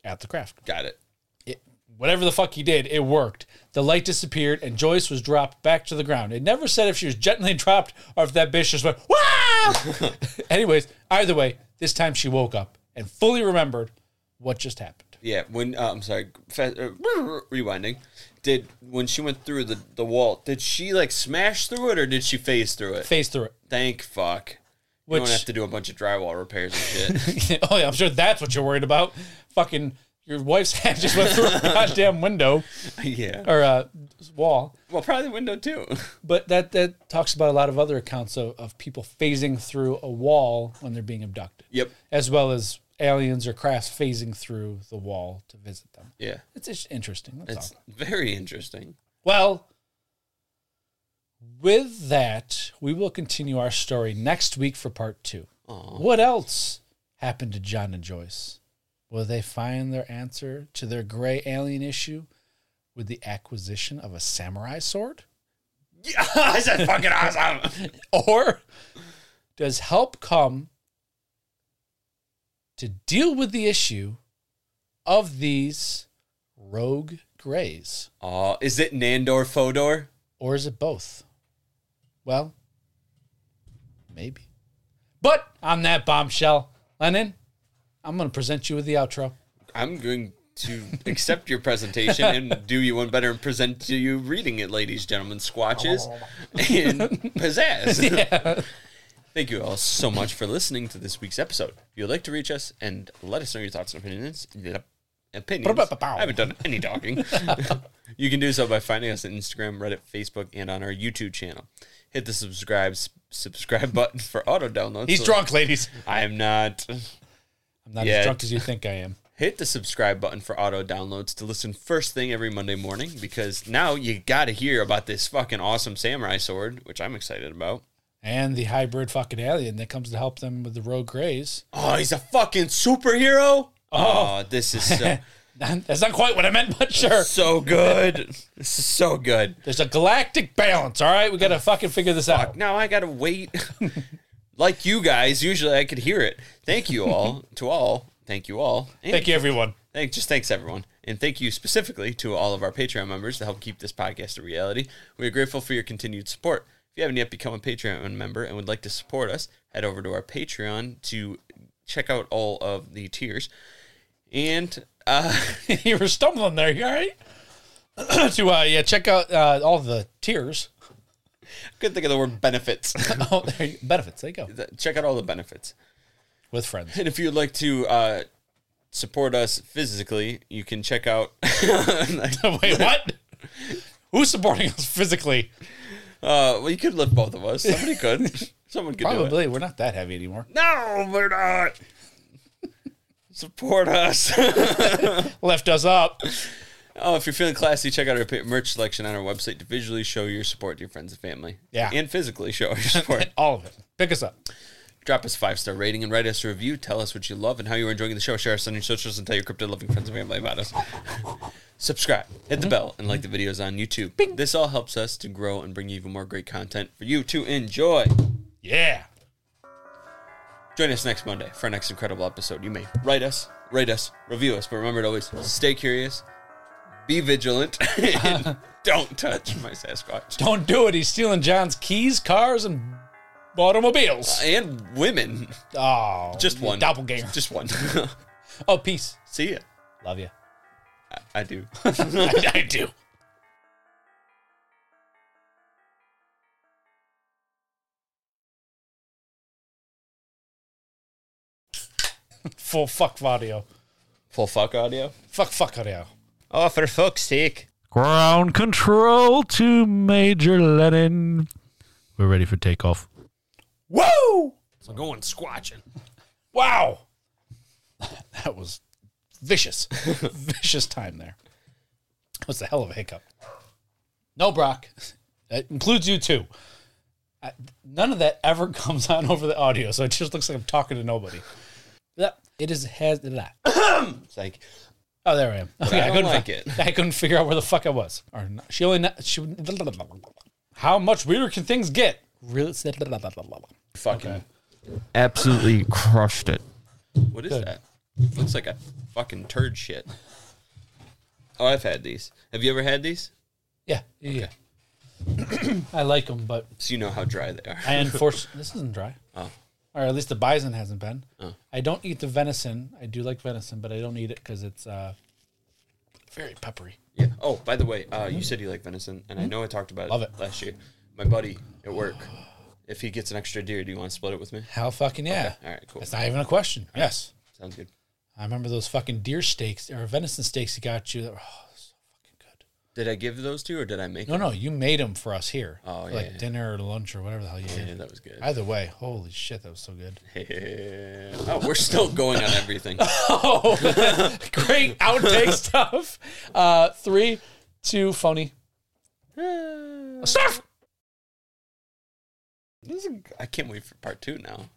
[SPEAKER 2] at the craft.
[SPEAKER 1] Ah, Got it.
[SPEAKER 2] it, whatever the fuck he did, it worked. The light disappeared, and Joyce was dropped back to the ground. It never said if she was gently *laughs* dropped or if that bitch just went, "Wah!" Anyways, either way, this time she woke up and fully remembered what just happened.
[SPEAKER 1] Yeah, when uh, I'm sorry, fa- uh, rewinding. Did when she went through the the wall, did she like smash through it or did she phase through it?
[SPEAKER 2] Phase through it.
[SPEAKER 1] Thank fuck. we
[SPEAKER 2] Which-
[SPEAKER 1] don't have to do a bunch of drywall repairs and shit.
[SPEAKER 2] *laughs* oh, yeah, I'm sure that's what you're worried about. Fucking Your wife's *laughs* hand just went through a goddamn window
[SPEAKER 1] *laughs* yeah.
[SPEAKER 2] or uh, wall.
[SPEAKER 1] Well, probably the window *laughs* too.
[SPEAKER 2] But that, that talks about a lot of other accounts of, of people phasing through a wall when they're being abducted,
[SPEAKER 1] yep.
[SPEAKER 2] as well as aliens or crafts phasing through the wall to visit them.
[SPEAKER 1] Yeah.
[SPEAKER 2] It's just interesting. That's all.
[SPEAKER 1] It's very *laughs* interesting.
[SPEAKER 2] Well, with that, we will continue our story next week for part two.
[SPEAKER 1] Aw.
[SPEAKER 2] What else happened to John and Joyce? Will they find their answer to their gray alien issue with the acquisition of a samurai sword?
[SPEAKER 1] Yeah, that's fucking awesome.
[SPEAKER 2] Or does help come to deal with the issue of these rogue grays?
[SPEAKER 1] Aw, is it Nandor Fodor?
[SPEAKER 2] Or is it both? Well, maybe. But on that bombshell, Lennon, I'm going to present you with the outro.
[SPEAKER 1] I'm going to accept your presentation and do you one better and present to you reading it, ladies, gentlemen, squatches and pizzazz. Thank you all so much for listening to this week's episode. If you'd like to reach us and let us know your thoughts and opinions, opinions. I haven't done any talking. you can do so by finding us on Instagram, Reddit, Facebook, and on our YouTube channel. Hit the subscribe subscribe button for auto downloads.
[SPEAKER 2] He's drunk, ladies.
[SPEAKER 1] I am not.
[SPEAKER 2] I'm not
[SPEAKER 1] Yeah.
[SPEAKER 2] as drunk as you think I am.
[SPEAKER 1] Hit the subscribe button for auto downloads to listen first thing every Monday morning because now you got to hear about this fucking awesome samurai sword, which I'm excited about.
[SPEAKER 2] And the hybrid fucking alien that comes to help them with the rogue grays. *laughs*
[SPEAKER 1] Oh, he's a fucking superhero. Oh, this is so,
[SPEAKER 2] That's not quite what I meant, but
[SPEAKER 1] *laughs*
[SPEAKER 2] sure.
[SPEAKER 1] so good. This is so good.
[SPEAKER 2] There's a galactic balance, all right? We
[SPEAKER 1] Oh,
[SPEAKER 2] got to fucking figure this out.
[SPEAKER 1] Now I got to wait. *laughs* like you guys, usually I could hear it. Thank you all to all. Thank you all. And
[SPEAKER 2] Thank you, everyone. *laughs*
[SPEAKER 1] Thank, just thanks everyone, and thank you specifically to all of our Patreon members to help keep this podcast a reality. We are grateful for your continued support. If you haven't yet become a Patreon member and would like to support us, head over to our Patreon to check out all of the tiers. And uh,
[SPEAKER 2] you were stumbling there. You all right? *clears throat* to uh, yeah, check out uh, all the tiers. *laughs*
[SPEAKER 1] couldn't think of the word benefits. *laughs*
[SPEAKER 2] oh, there you, benefits. There you go.
[SPEAKER 1] check out all the benefits.
[SPEAKER 2] With
[SPEAKER 1] *laughs*
[SPEAKER 2] friends.
[SPEAKER 1] And if you'd like to uh, support us physically, you can check out. *laughs* uh,
[SPEAKER 2] *laughs* Wait, what? Who's supporting us physically?
[SPEAKER 1] well, you could lift both of us. Somebody could. Someone could do it.
[SPEAKER 2] Probably. We're not that heavy anymore.
[SPEAKER 1] No, we're not. Support us. *laughs*
[SPEAKER 2] Left us up. *laughs*
[SPEAKER 1] oh, if you're feeling classy, check out our pa- merch selection on our website to visually show your support to your friends and family.
[SPEAKER 2] Yeah.
[SPEAKER 1] And physically show your
[SPEAKER 2] *laughs*
[SPEAKER 1] support.
[SPEAKER 2] All of it. Pick us up.
[SPEAKER 1] Drop us a five star rating and write us a review. Tell us what you love and how you're enjoying the show. Share us on your socials and tell your crypto loving friends and family about us. *laughs* Subscribe, hit the bell, and like the videos on YouTube. This all helps us to grow and bring you even more great content for you to enjoy.
[SPEAKER 2] Yeah.
[SPEAKER 1] Join us next Monday for our next incredible episode. You may write us, rate us, review us, but remember to always stay curious, be vigilant, *laughs* and don't touch my Sasquatch.
[SPEAKER 2] Don't do it. He's stealing John's keys, cars, and automobiles.
[SPEAKER 1] And women.
[SPEAKER 2] Oh,
[SPEAKER 1] Uh, Just
[SPEAKER 2] you
[SPEAKER 1] one.
[SPEAKER 2] doppelganger.
[SPEAKER 1] Just one. *laughs*
[SPEAKER 2] Oh, peace.
[SPEAKER 1] See ya.
[SPEAKER 2] Love you.
[SPEAKER 1] I, I do.
[SPEAKER 2] I, *laughs* I do. Full fuck audio.
[SPEAKER 1] Full fuck audio.
[SPEAKER 2] Fuck fuck audio.
[SPEAKER 1] Oh, for fuck's sake.
[SPEAKER 2] Ground control to Major Lennon. We're ready for takeoff. Whoa!
[SPEAKER 3] So going squatching.
[SPEAKER 2] Wow! *laughs* That was
[SPEAKER 1] *laughs*
[SPEAKER 2] vicious. vicious time there. That was a hell of a hiccup. No, Brock. That includes you too. I, none of that ever *laughs* comes on over the audio, so it just looks like I'm talking to nobody. Yeah, It is has that.
[SPEAKER 1] It's like,
[SPEAKER 2] Oh, there I am. Okay,
[SPEAKER 1] I don't
[SPEAKER 2] couldn't
[SPEAKER 1] like
[SPEAKER 2] fi-
[SPEAKER 1] it.
[SPEAKER 2] I couldn't figure out where the fuck I was. Or not. she only not, she. How much weirder can things get? Really?
[SPEAKER 1] fucking.
[SPEAKER 4] absolutely crushed it.
[SPEAKER 1] What is that? Looks like a fucking turd shit. Oh, I've had these. Have you ever had these?
[SPEAKER 2] Yeah, yeah. *clears throat* I like them, but
[SPEAKER 1] So you know how dry they are.
[SPEAKER 2] I unfortunately this isn't dry.
[SPEAKER 1] Oh.
[SPEAKER 2] Or at least the bison hasn't been. I don't eat the venison. I do like venison, but I don't eat it because it's uh, very peppery.
[SPEAKER 1] Yeah. Oh, by the way, uh, you said you like venison, and I know I talked about
[SPEAKER 2] Hmm? Love
[SPEAKER 1] it,
[SPEAKER 2] it.
[SPEAKER 1] last year. My buddy at work, if he gets an extra deer, do you want to split it with me?
[SPEAKER 2] Hell fucking yeah!
[SPEAKER 1] All right, cool.
[SPEAKER 2] That's not even a question. Yes.
[SPEAKER 1] Sounds good.
[SPEAKER 2] I remember those fucking deer steaks or venison steaks he got you. That were, oh, so fucking good.
[SPEAKER 1] Did I give those to you or did I make
[SPEAKER 2] No, no, you made them for us here.
[SPEAKER 1] Oh,
[SPEAKER 2] for
[SPEAKER 1] yeah,
[SPEAKER 2] Like
[SPEAKER 1] yeah.
[SPEAKER 2] dinner or lunch or whatever the hell you
[SPEAKER 1] them?
[SPEAKER 2] did.
[SPEAKER 1] Yeah, that was good. *laughs*
[SPEAKER 2] Either way, holy shit, that was so good. *laughs*
[SPEAKER 1] oh, we're still going on everything.
[SPEAKER 2] Oh, great outtake stuff. Uh, three, two, phony. Stuff.
[SPEAKER 1] This is- I can't wait for part two now.